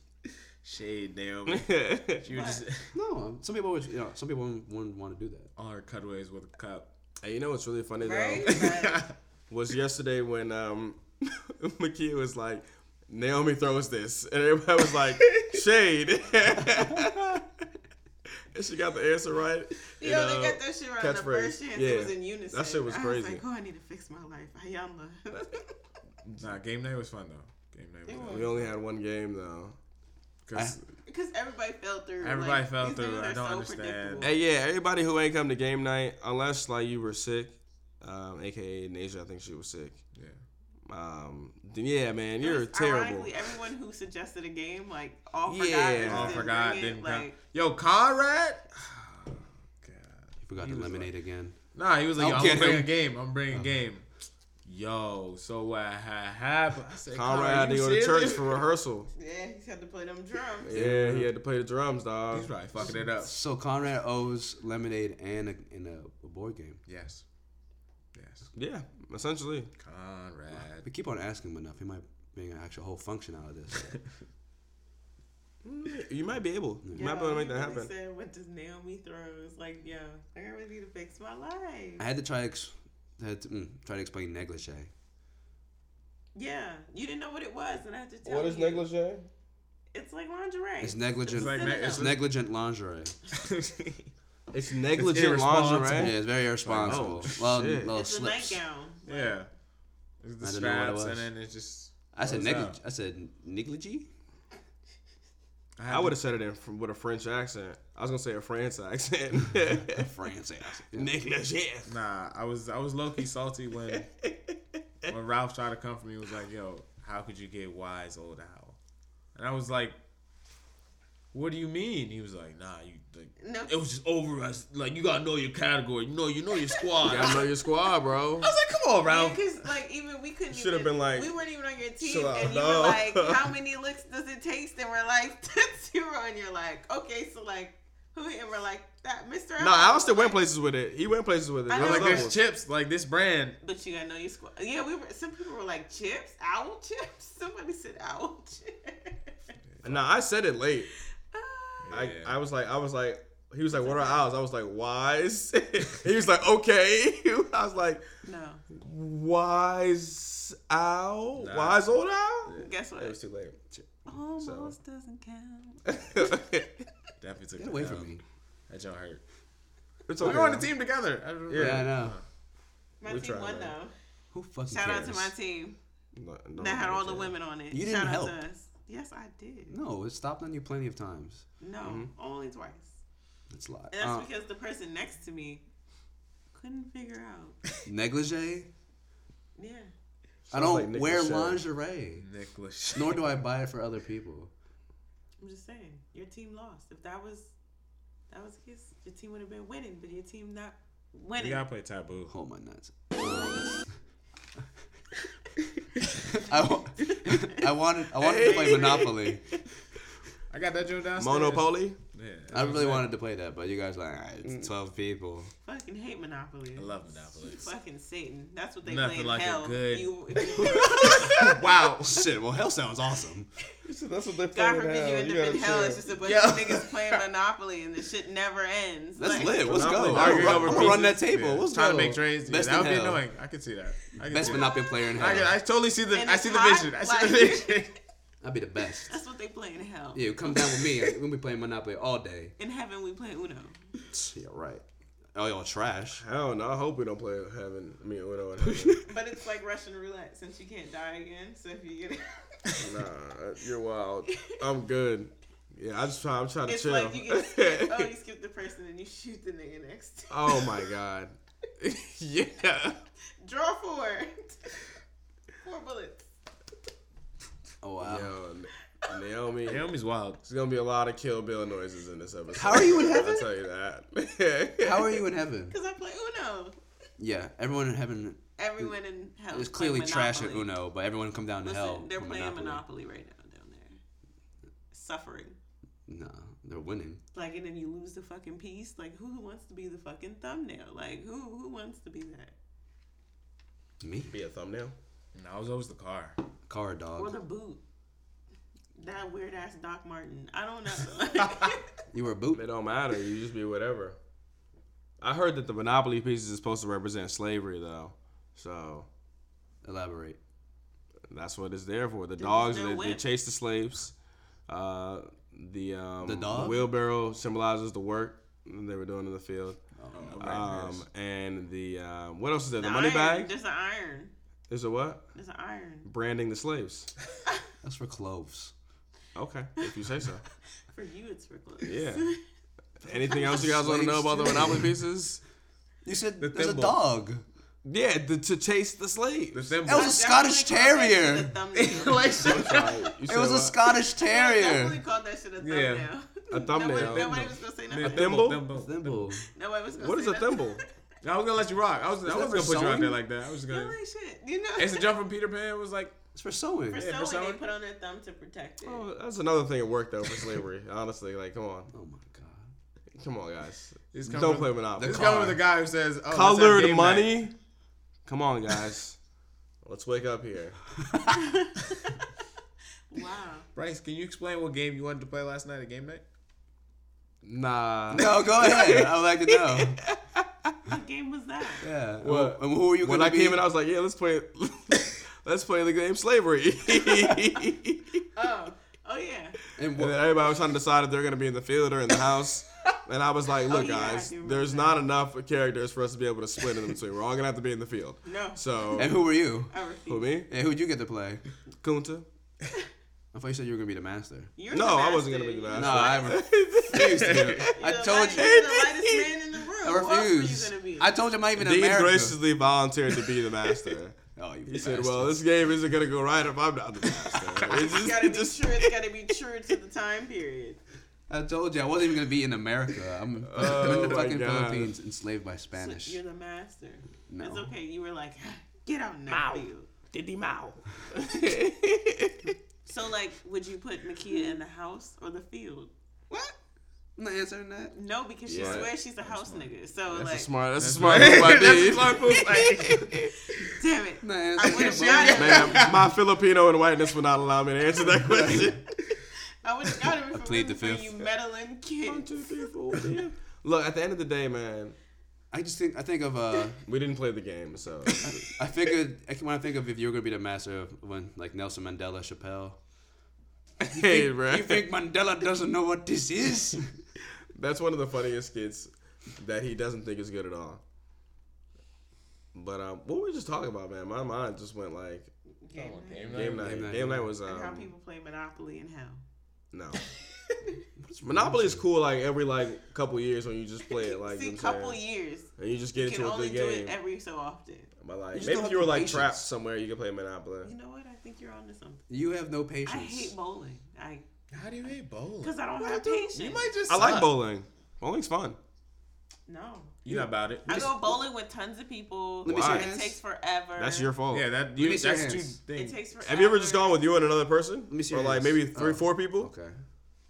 Shade <laughs> Naomi. You
But-
just
no. Some people always, you know, some people wouldn't, wouldn't want to do that.
all her cutaways with a cup.
Hey, you know what's really funny
Right?
though?
But
<laughs> was yesterday when um <laughs> Makia was like, Naomi throws this, and everybody
<laughs>
was like, Shade. <laughs> and she got the answer right.
Yo,
And, uh,
they got that shit right on the first
catchphrase.
chance.
Yeah.
It was in unison.
That shit was
I
crazy.
was like, oh, I need to fix my life. Ayala.
Nah, game night was fun though. Game night
It
was
We only had one game though.
because
<laughs> Because everybody fell through.
Everybody
like,
fell
these
through.
dudes
I
are
don't
so
understand.
predictable.
Hey, yeah, everybody who ain't come to game night, unless like you were sick, um, aka Nasia, I think she was sick.
yeah,
Um, then, yeah, man,
It
you're
was
terrible.
Ironically, everyone who suggested a game, like, all
Yeah.
forgot. and
all Oh,
didn't
forgot.
bring it,
Didn't count.
like,
Yo, Conrad. <sighs> God.
You forgot the lemonade again.
Nah, he was like,
I'm
Yo, I'm,
kidding.
bringing a game. I'm bringing
Oh.
a game. Yo, so what ha- happened? I said,
Conrad had to
you
go to church
serious?
for <laughs> rehersal.
Yeah, he's had to play them drums.
Yeah, he had to play the drums, dog.
He's probably fucking it up.
So Conrad owes lemonade and a, and a, a board game.
Yes. Yes.
Yeah, essentially.
Conrad. <laughs>
<laughs>
We keep on asking him enough. He might bring an actual whole function out of this.
You might be able. You might be able
Yo,
to make
you
that
really
happen.
Said, what does Naomi throws? Like, yo, I really need to fix my
I
life.
had to try ex- I had to, mm, try to explain negligee.
Yeah, you didn't know what it was, and I had to tell
What is
you.
negligee?
It's like lingerie.
It's negligent.
It's like ne-
it's
it's-
negligent lingerie.
It's negligent
irresponsible.
Yeah,
lingerie.
it's very irresponsible.
oh,
well,
shit.
little
It's a
slips.
nightgown.
yeah. It's the
I didn't know what it
straps,
was.
and then it's just.
I said
goes
negligee.
out.
I said
<laughs>
negligee.
had
I would
to-
have said it in, fr- with a French accent. I was gonna say a France accent. <laughs>
France ass.
negligee.
Nah, I was I was low key salty when when Ralph tried to come for me. He Was like, "Yo, how could you get wise old owl?" And I was like, "What do you mean?" He was like, "Nah, you like,
No.
it was just over us. Like you gotta know your category. You know, you know your squad."
Gotta
I
know your squad, bro.
was like, "Come on, Ralph."
Because like even we couldn't.
Should have
even-
been like,
we weren't even on your team,
chill out,
and you
no.
were
<laughs>
like, "How many licks does it taste?" And we're <laughs> like, that's zero," and you're like, "Okay, so like who?" And we're like, "That Mr."
No,
Allen."
Alistair went places with it. He went places with it.
I
There's
know.
Like there's
levels.
chips, like this brand.
But you gotta know your squad. Yeah, we were. Some people were like chips, owl chips. <laughs> Somebody said owl
<laughs>
chips. <laughs>
No, I said it late. I,
Yeah.
I was like, I was like, he was like, what are ours? I was like, <laughs> wise. he was like, okay. <laughs> I was like,
no,
wise owl,
Nah.
wise old owl.
guess what?
It was too <laughs> late.
Almost doesn't
<laughs>
count.
Definitely took
Get
that
away
down.
from me.
That y'all hurt.
it's
We
okay.
were on the team together. I remember.
Yeah, I know.
My
We
team
tried,
won
man.
though.
Who fucking
Shout
cares?
out to my team
No, no,
that had
no,
all
no.
the women on it.
You didn't
Shout
help.
out to us. Yes, I did.
No, it stopped on you plenty of times.
No,
Mm-hmm.
only twice.
It's a lot.
And that's
Uh,
because the person next to me couldn't figure out.
negligee.
Yeah.
I
Sounds
don't
like
wear
negligee.
lingerie,
Nicholas.
<laughs> nor do I buy it for other people.
I'm just saying, your team lost. If that was that was the case, your team would have been winning, but your team not
We
winning.
gotta play taboo.
Hold Oh, my nuts. <laughs> I, wa- <laughs> I wanted I wanted to play Monopoly.
I got that joint downstairs.
Monopoly.
Yeah, that's
I
what I'm
really
saying.
wanted to play that, but you guys were like, all right,
Mm.
it's twelve people. <laughs>
Fucking hate Monopoly.
I love Monopoly.
Fucking Satan. That's what they
Nothing
play in
like a
hell.
good- <laughs>
You,
Wow, shit. Well, hell sounds awesome.
That's what they
God forbid you end up in hell. It's just a bunch of niggas playing Monopoly and the shit never ends.
Let's
Like,
live. Let's go.
<laughs> Monopoly,
I'll
arguing
run,
over
I'll
pieces.
run that table.
Yeah.
Let's
Trying
go.
to make trades. Yeah,
Best
that
in
would be
hell.
annoying. I could see that. I could
Best
see
Monopoly player in
that. I, could, I
hell.
totally see the.
And
I
it's
see the
hot,
vision. I see the
like-
vision. <laughs>
I'd be the best.
That's what they play in hell.
Yeah, come down with
<laughs>
me. We'll be playing Monopoly all day.
In heaven, we play Uno.
Yeah, right. Oh, y'all trash.
<laughs> Hell no! I hope we don't play heaven. I mean, we <laughs> don't. Heaven.
But it's like Russian roulette since you can't die again. So if you get it, <laughs>
nah, you're wild. I'm good. Yeah, I just try. I'm trying to
it's
chill.
like you get
<laughs>
skipped. Oh, you skip the person and you shoot the nigga next. <laughs>
oh my god. yeah.
Draw four. <laughs> four bullets.
Oh wow.
Yo, Na- Naomi.
Naomi's wild.
There's gonna be a lot of Kill Bill noises in this episode.
How are you in heaven?
I'll tell you that.
<laughs> How are you in heaven?
Because I play Uno.
Yeah, everyone in heaven
Everyone in hell.
is
play
clearly trash at
Monopoly.
Uno, but everyone come down to
Listen,
hell.
they're
from
playing Monopoly. right now down there. Suffering.
No, they're winning.
Like, and then you lose the fucking piece. Like, who wants to be the fucking thumbnail? Like, who who wants to be that?
Me?
Be a thumbnail.
And I was always the car.
Car
Or
dog.
the boot. That weird ass Doc Martin. I
<laughs>
don't know. <laughs>
You were a boot.
It don't matter. You just be whatever. I heard that the monopoly pieces is supposed to represent slavery though, so
Elaborate.
that's what it's there for. The dogs
no
they, they
whip.
chase the slaves. Uh, the um,
The dog?
wheelbarrow symbolizes the work they were doing in the field.
Oh,
Okay,
Um, and the um, what else is there? The,
An
money
iron.
bag.
There's an iron.
Is a what?
There's an iron
Branding the slaves.
That's for cloves.
Okay, if you
<laughs>
say so.
for you. It's for clothes.
Yeah.
<laughs>
Anything else you guys want to know about the Monopoly pieces?
You said there's a
thimble.
dog.
Yeah, the, to chase the
the
slaves.
thimble.
That was a Scottish
Definitely
Terrier.
called that
<laughs>
shit a
<laughs>
thumbnail.
It was a Scottish
Definitely
Terrier.
called that shit a thumbnail.
Yeah.
<laughs>
A thumbnail.
Nobody, nobody was gonna say nothing.
Yeah,
thimble?
thimble.
Thimble.
Nobody was gonna
What
say
is a
nothing.
<laughs>
<laughs>
thimble?
I was gonna let you rock. I was. I
that
was
for
gonna put you out
sewing?
there like that. I was just gonna.
Holy shit! You know,
It's a jump from Peter Pan. It was like
It's for sewing.
for
yeah, for
sewing, they
sewing.
put on their thumb to protect it.
Oh, that's another thing at work though for slavery. <laughs> Honestly, like come on,
Oh my god.
come on, guys.
it's coming
Don't
with-
play Monopoly.
It's coming with a guy who says oh, let's have
Colored
game night.
money. Come on, guys. <laughs> Let's wake up here.
Wow.
Bryce, can you explain what game you wanted to play last night at game night? <laughs>
Nah.
No, <laughs> go ahead. I would like to know.
What game was
<laughs>
that?
Yeah.
Well,
and who are you
When I
gonna be?
came in, I was like, yeah, let's play. <laughs> Let's play the game slavery. <laughs> and
Oh, oh yeah.
then <laughs>
and what,
everybody was trying to decide if they're gonna be in the field or in the house. And I
<laughs>
was like, look,
Oh, yeah, I
guys,
do remember
there's
that.
not enough characters for us to be able to split in between. We're all gonna have to be in
<laughs>
the field.
No,
So,
and who were you?
I refuse.
who me?
And who'd you get to play?
Kunta.
I thought you said you were gonna be the master.
You're
No,
the
I wasn't gonna be the
bastard.
master.
No,
<laughs>
I refused. I
You're the
told
lightest-
you.
You're the lightest man in the room.
I
Who else
refuse.
are you gonna be?
I told you I'm not even in
Dean
America.
graciously volunteered to be the master.
oh, you
He said, "Well, this game isn't gonna go right if I'm not the <laughs> master." It's
you
just,
<laughs>
gotta
it
be
just-
sure. It's gotta be true to the time period.
I told you I wasn't even gonna be in America.
<laughs>
I'm,
Oh
I'm in the
my
fucking
God.
Philippines, enslaved by
So
Spanish.
you're the master.
No.
It's okay. You were like, get out now. you.
Diddy Mao.
<laughs> So like, would you put Makia in the house or the field?
What? I'm not answering that.
No, because she
Yeah.
swears she's a house nigga. So
That's
like,
a smart. That's a smart move by Dean. <laughs>
damn it.
I'm not
I
answering
would have
that.
got it.
Man, my Filipino and whiteness would not allow me to answer <laughs> that question.
I would
<laughs>
have got it. if it
plead the
wasn't for
fifth.
You meddling kid. <laughs>
Look, at the end of the day, man,
I just think I think of uh,
we didn't play the game, <laughs> so
I figured I can- when I think of if you were gonna be the master of when like Nelson Mandela, <laughs> Chappelle.
hey, bro.
You think Mandela doesn't know what this is?
<laughs> That's one of the funniest skits that he doesn't think is good at all. But um, what were we just talking about, man? My mind just went like
Game
Oh,
night.
game night. Game
Game
night,
night.
was
And how
um,
people play Monopoly in hell. <laughs>
no. <laughs> Monopoly is cool like every like couple years when you just play it like
<laughs> See,
you know what I'm
couple
saying?
years.
and you just get
You can
into a
only
good
do
game.
it every so often.
but like
just
maybe
don't
if
have
you were
the
like
patience.
trapped somewhere, you could play Monopoly.
You know what? I think you're onto something.
You have no
I
patience.
hate bowling. I
How do you hate bowling?
because I don't have patience.
You might just.
I like
suck.
bowling. Bowling's fun.
No.
You know about it.
I go bowling with tons of people.
Let
me see your
It
hands.
takes forever.
That's your fault.
Yeah, that
me
you.
see your
That's two
hands.
It
things.
takes forever.
Have you ever just gone with you and another person?
me see
or
your
like
hands.
maybe three,
Oh.
four people.
Okay.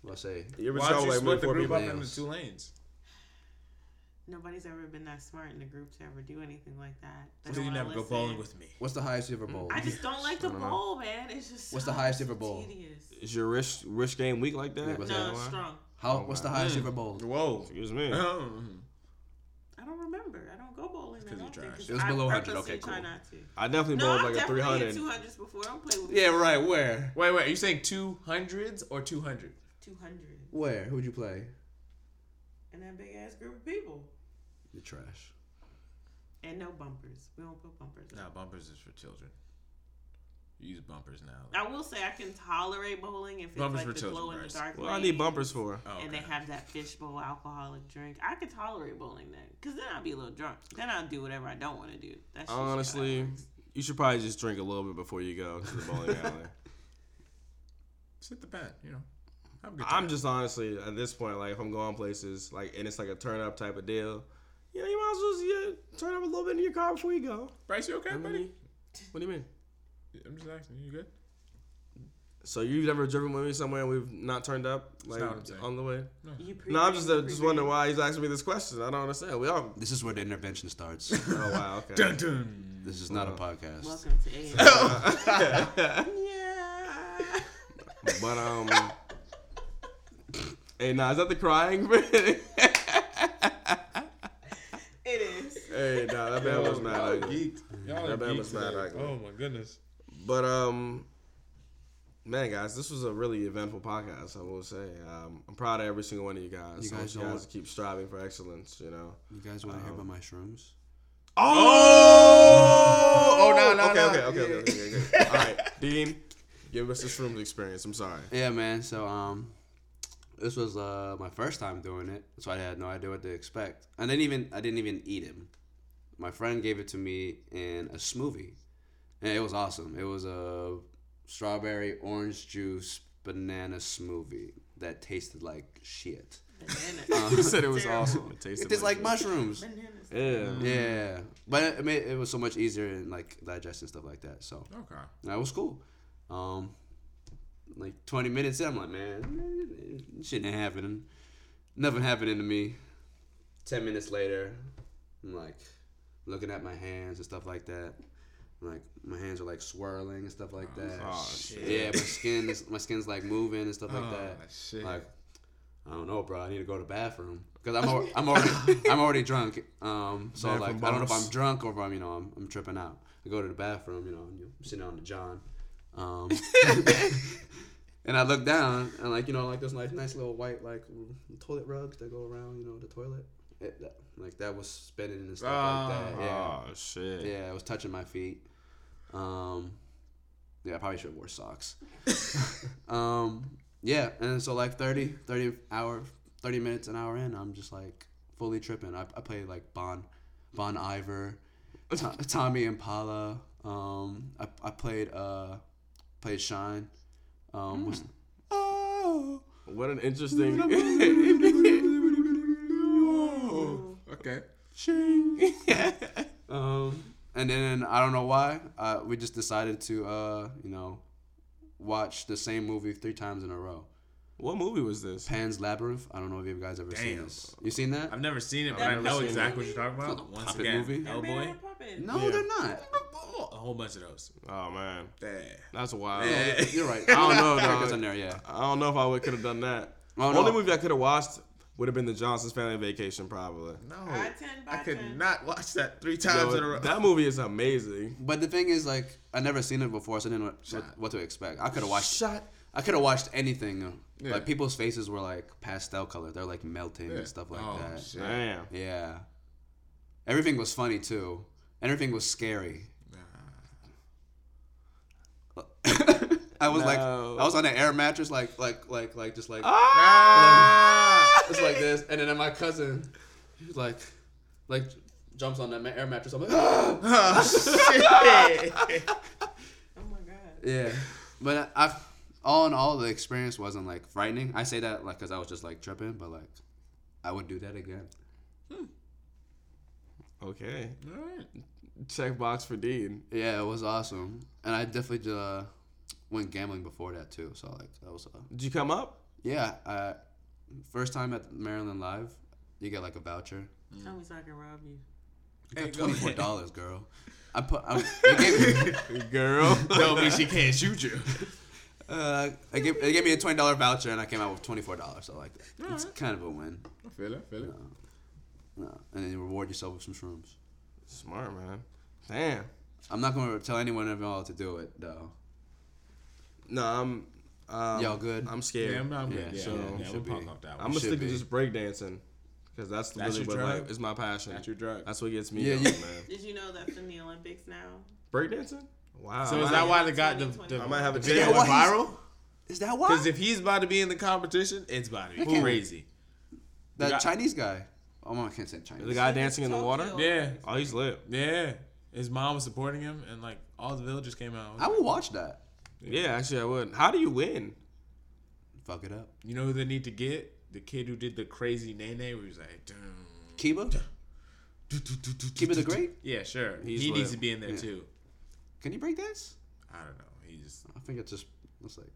Well, I say
You ever
Why
just
don't uh, you
gone with like maybe
split the
four
group
people?
up
people.
into two lanes?
Nobody's ever been that smart in the group to ever do anything like that. They
So
don't
you
wanna
never go
listen.
bowling with me.
what's the highest you ever bowled?
I
<laughs>
just don't like to bowl, man. It's just
What's the
so
highest ever bowl?
Tedious.
Is your wrist wrist game weak like that?
but-
No,
Yeah.
it's strong.
How? what's the highest
Mm.
you ever bowled?
Hmm. Whoa.
Excuse me.
Uh-huh.
<laughs> Um,
I don't remember. I don't go bowling.
Because
at
you
all
trash.
because
It was
I
below 100.
purposely
Okay,
try
cool.
not to.
I definitely
No,
bowled
I
like a three
definitely hit
hundred.
two hundreds before. I don't play with
Yeah, right. Where?
wait, wait. Are you saying two hundreds or two hundred?
two hundred
Where? Who'd you play?
and that big ass group of people
The trash.
and no bumpers. We don't put bumpers.
Nah, bumpers is for children. You use bumpers now.
I will say I can tolerate bowling if it's
Bumpers
like
for
the
children,
glow in the
Bryce.
dark.
What do I
lane
need bumpers for?
Oh,
And they
okay.
have that fishbowl alcoholic drink. I could tolerate bowling then, cause then I'll be a little drunk. Then I'll do whatever I don't want to do. That's just
Honestly, you should probably just drink a little bit before you go to the
<laughs>
bowling alley.
Sit the pen. You know. Have a good time.
I'm just honestly at this point, like if I'm going places, like and it's like a turn up type of deal, you know, you might as well just yeah, turn up a little bit in your car before you go.
Bryce, you okay,
I mean,
buddy?
What do you mean?
I'm just asking. You good?
So you've never driven with me somewhere and we've not turned up like
not what I'm saying.
on the way?
You pre-
No, I'm just uh, just wondering why he's asking me this question. I don't understand. We all.
This is where the intervention <laughs> starts.
Oh wow.
<laughs>
Okay.
Dun, dun.
this is not a podcast.
Welcome to
<laughs>
AM. yeah.
But um, <laughs> hey, nah, is that the crying? <laughs>
It is.
<laughs> hey, nah, that man was
Y'all
mad.
are geeked. Y'all are
That man
geeked
was mad
today.
ugly.
Oh my goodness.
But um, man, guys, this was a really eventful podcast. I will say, um, I'm proud of every single one of you guys.
You
You
guys
guys,
don't want-
keep striving for excellence. You know.
You guys want to hear about my shrooms?
Oh! Oh no no
no,
okay,
no.
Okay okay okay okay. <laughs> okay. All right, Dean, give us this room experience. I'm sorry.
Yeah, man. So um, this was uh my first time doing it, so I had no idea what to expect. I didn't even I didn't even eat him. My friend gave it to me in a smoothie, and it was awesome. It was a strawberry orange juice banana smoothie that tasted like <laughs> shit.
Bananas.
He said it was
Terrible.
awesome. It tasted like, mushrooms.
Bananas.
Yeah.
Yeah, but it, I mean, it was so much easier in like digestion stuff like that. So
Okay.
that was cool. Um, like 20 minutes in, I'm like, man, it shouldn't happen. Nothing happening to me. 10 minutes later, I'm like looking at my hands and stuff like that. I'm like my hands are like swirling and stuff like that.
Oh, shit.
Yeah, my skin is my skin's like moving and stuff like
Oh,
that.
shit.
Like I don't know, bro. I need to go to the bathroom because I'm al- I'm already I'm already drunk. Um, so
Bathroom
like I don't know if
bumps.
I'm drunk or if I'm you know I'm, I'm tripping out. I go to the bathroom, you know, and I'm sitting on the John, um, and I look down and like you know like those like nice little white like toilet rugs that go around you know the toilet, It- that- like that was spinning and stuff like that. Yeah,
Oh shit.
yeah, it was touching my feet. Um, yeah, I probably should have wore socks. um, yeah, and so like 30, 30 hour, thirty minutes, an hour in, I'm just like fully tripping. I, I played like Bon, Bon Iver, to, Tommy Impala. Um, I, I played uh, played Shine. Um, was- oh,
What an <laughs> interesting.
Okay.
Um, and then I don't know why uh, we just decided to uh, you know watch the same movie three times in a row.
what movie was this?
Pan's Labyrinth. I don't know if you guys ever seen
Damn.
this. You seen that?
I've never seen it, but
I've
I
never
know
seen
exactly what
it.
you're talking
It's
about.
not a
Once
puppet
again,
movie.
That man
Hellboy.
had a puppet.
no,
Yeah.
they're not.
A whole bunch of those.
Oh man,
Yeah.
that's wild.
Yeah, you're right. I don't know.
dog.
Africa's in there. Yeah.
I don't know if I could have done that.
Oh,
Only
no.
movie I could have watched would have been The Johnson's Family Vacation, probably.
No.
By 10, by
I could
10.
not watch that three times
Yo,
in a row.
that movie is amazing.
But the thing is, like, I never seen it before, so I didn't know what, what to expect. I could have watched. I could have watched anything.
Yeah.
Like people's faces were like pastel color. They're like melting
Yeah.
and stuff like
Oh,
that.
shit.
Damn.
Yeah. Everything was funny too. Everything was scary. <laughs> I was like,
No.
I was on an air mattress, like, like, like, like, just like,
Ah!
just like this, and then my cousin, he was like, like, jumps on that ma- air mattress. I'm like, "Ah!"
Oh my god.
yeah. But I, I, all in all, the experience wasn't like frightening. I say that like because I was just like tripping, but like, I would do that again.
Okay.
All right.
Check box for Dean.
Yeah, it was awesome, and I definitely uh, went gambling before that too. So like, that was. Uh,
Did you come up?
Yeah, uh, first time at Maryland Live, you get like a voucher.
Tell me so I can rob you.
Twenty four dollars, girl. I put. I, they gave me. <laughs>
Girl.
Tell me she can't shoot you.
Uh, I gave, they gave me a twenty dollar voucher, and I came out with twenty four dollars. So like, it's kind of a win.
I feel it. I feel it.
No, and then you reward yourself with some shrooms.
Smart, man. Damn.
I'm not gonna tell anyone at all to do it though.
No, I'm. Um,
Y'all good?
I'm
Yeah,
scared.
I'm,
I'm,
I'm
Yeah,
good. Yeah,
so-
yeah, yeah,
should
we'll
be.
pop off that one.
gonna
should
stick
be.
to just breakdancing, cause that's,
That's
really
your
what
drug?
like, is my passion.
That's your drug.
That's what gets me
Yeah,
going,
you-
man.
Did you know that's in the Olympics now?
Breakdancing? Wow.
So is
I
that
might-
why they got the, the
I might have a
video
jail.
went
Why he's-
viral?
Is that why?
Because if he's about to be in the competition, it's about to be crazy.
that
got-
Chinese guy. Oh, no, I can't say Chinese.
The guy dancing in the water?
Tokyo.
Yeah,
Oh, he's lit.
yeah. His mom was supporting him, and like all the villagers came out.
I would watch that.
Yeah, actually, I would. How do you win?
Fuck it up.
You know who they need to get? The kid who did the crazy nay nay, where he was like, "Dum,
Kiba. Kiba the Great.
yeah, sure.
He's
he
lit.
needs to be in there too.
Can you break dance?
I don't know. He's
I think it's just. It's like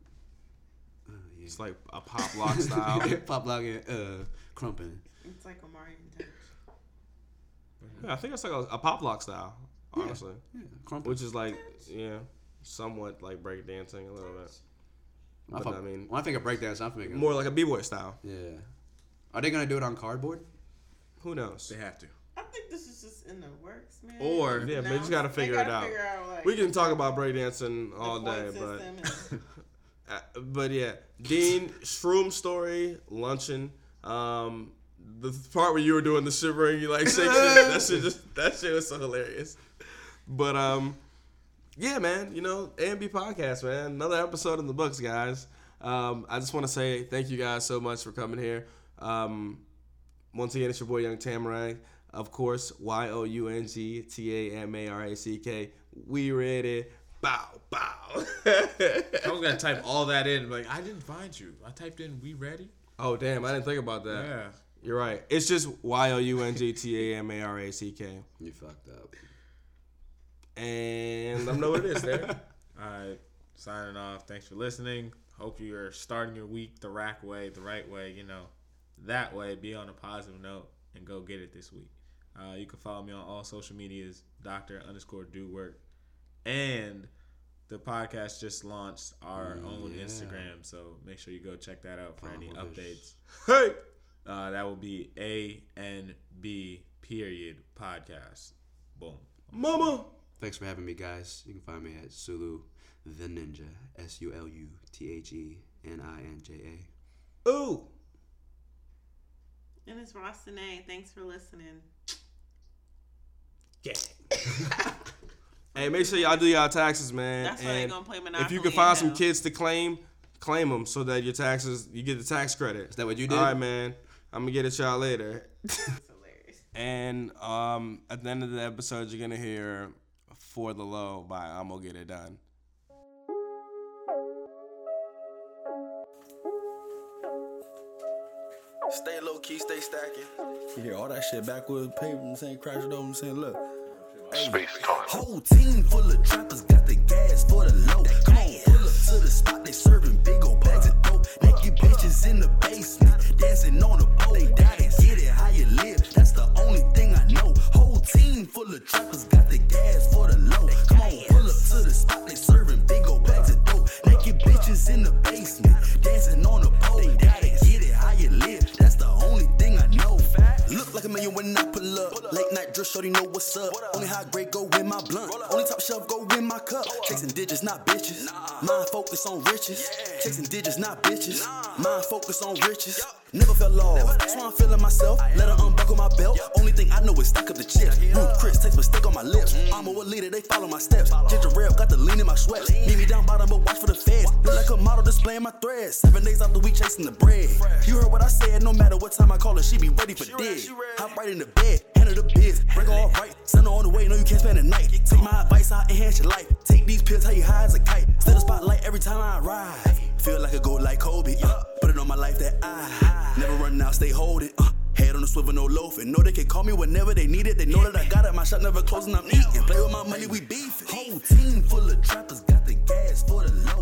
oh,
It's like a pop
<laughs>
<laughs>
lock style.
Pop lock and uh, crumpin.
It's like Omarion touch.
yeah, I think it's like a, a pop lock style, honestly.
Yeah, crumpin.
Which is like, yeah, somewhat like breakdancing a little bit.
I,
but I mean-
mean, when I think of breakdance, I'm thinking
More like a b boy style.
Yeah. Are they gonna do it on cardboard?
Who knows?
They have to.
I think this is just in the works, man.
Or-
Yeah, but
No,
you just gotta
they
figure
gotta
it out.
figure out, like,
we can talk about breakdancing all
the
day,
point
but
system
<laughs>
and-
Uh, but yeah, Dean Shroom story luncheon. Um, the part where you were doing the shivering, you like shaking. it, that shit just that shit was so hilarious. But um, yeah, man, you know, AMB podcast, man, another episode in the books, guys. Um, I just want to say thank you guys so much for coming here. Um, once again, it's your boy Young Tamarack. Of course, Y O U N G T A M A R A C K. We read it. Bow, <laughs> bow.
I was gonna type all that in, like I didn't find you. I typed in "We ready."
Oh damn! I didn't think about that.
Yeah.
You're right. It's just Y O U N G T A M A R A C K,
You fucked up.
and I'm know what it is
<laughs>
there.
All right. Signing off. Thanks for listening. Hope you're starting your week the rack way, the right way. You know, that way. Be on a positive note and go get it this week. Uh, you can follow me on all social medias, Doctor underscore Do Work, and the podcast just launched our own
Yeah.
Instagram. So make sure you go check that out for any
Polish.
updates.
Hey,
Uh, that will be A N B period podcast. Boom.
mama.
Thanks for having me, guys. You can find me at Sulu the Ninja. S U L U T H E N I N J A.
Ooh.
and it's Ross and A. Thanks for listening.
Yeah. hey, make sure y'all do y'all taxes, man.
That's why they
and
gonna play
if
Monopoly
you can find some
now.
kids to claim, claim them so that your taxes you get the tax credit. Is
that what you did?
All right, man. I'm gonna get it y'all later.
It's hilarious.
And um, at the end of the episode, you're gonna hear "For the Low" by I'm gonna get it done.
Stay low key, stay stacking. Yeah, all that shit backwards paper, I'm saying, crash it over, I'm saying, look.
Space time.
Whole team full of trappers got the gas for the low. Come on, pull up to the spot, they serving big old bags of dope. Naked bitches in the basement, dancing on the pole. They got it, get it how you live. That's the only thing I know. Whole team full of trappers got the gas for the low. Come on, pull up to the spot, they serving big old bags of dope. Naked bitches in the basement, dancing on the pole. They got it, get it how you live. That's the only thing I know. Look like a million when I pull up. Late night drill, shorty know what's up. Only high grade go in my blunt. Only top shelf go in my cup. Chasing digits, not bitches. Mind focus on riches. Chasing digits, not bitches. Mind focus on riches. Never fell off, so I'm feeling myself. Let her unbuckle my belt. Only thing I know is stack up the chips. Blue Chris takes mistake on my lips. I'm a leader, they follow my steps. Ginger ale got the lean in my sweats. Meet me down bottom, but watch for the feds. Look like a model displaying my threads. Seven days out the week chasing the bread. You heard what I said, no matter what time I call her, she be ready for this. Hop right in the bed, handle the biz, break her all right. Send her on the way, no, you can't spend the night. Take my advice, I enhance your life. Take these pills, how you high as a kite. Still the spotlight every time I ride. Feel like a goat like Kobe. Uh, put it on my life that I never run out, stay holding. Uh, head on a swivel, no loafing. Know they can call me whenever they need it. They know that I got it. My shop never closing, I'm eating. Play with my money, we beefing. Whole team full of trappers, got the gas for the low.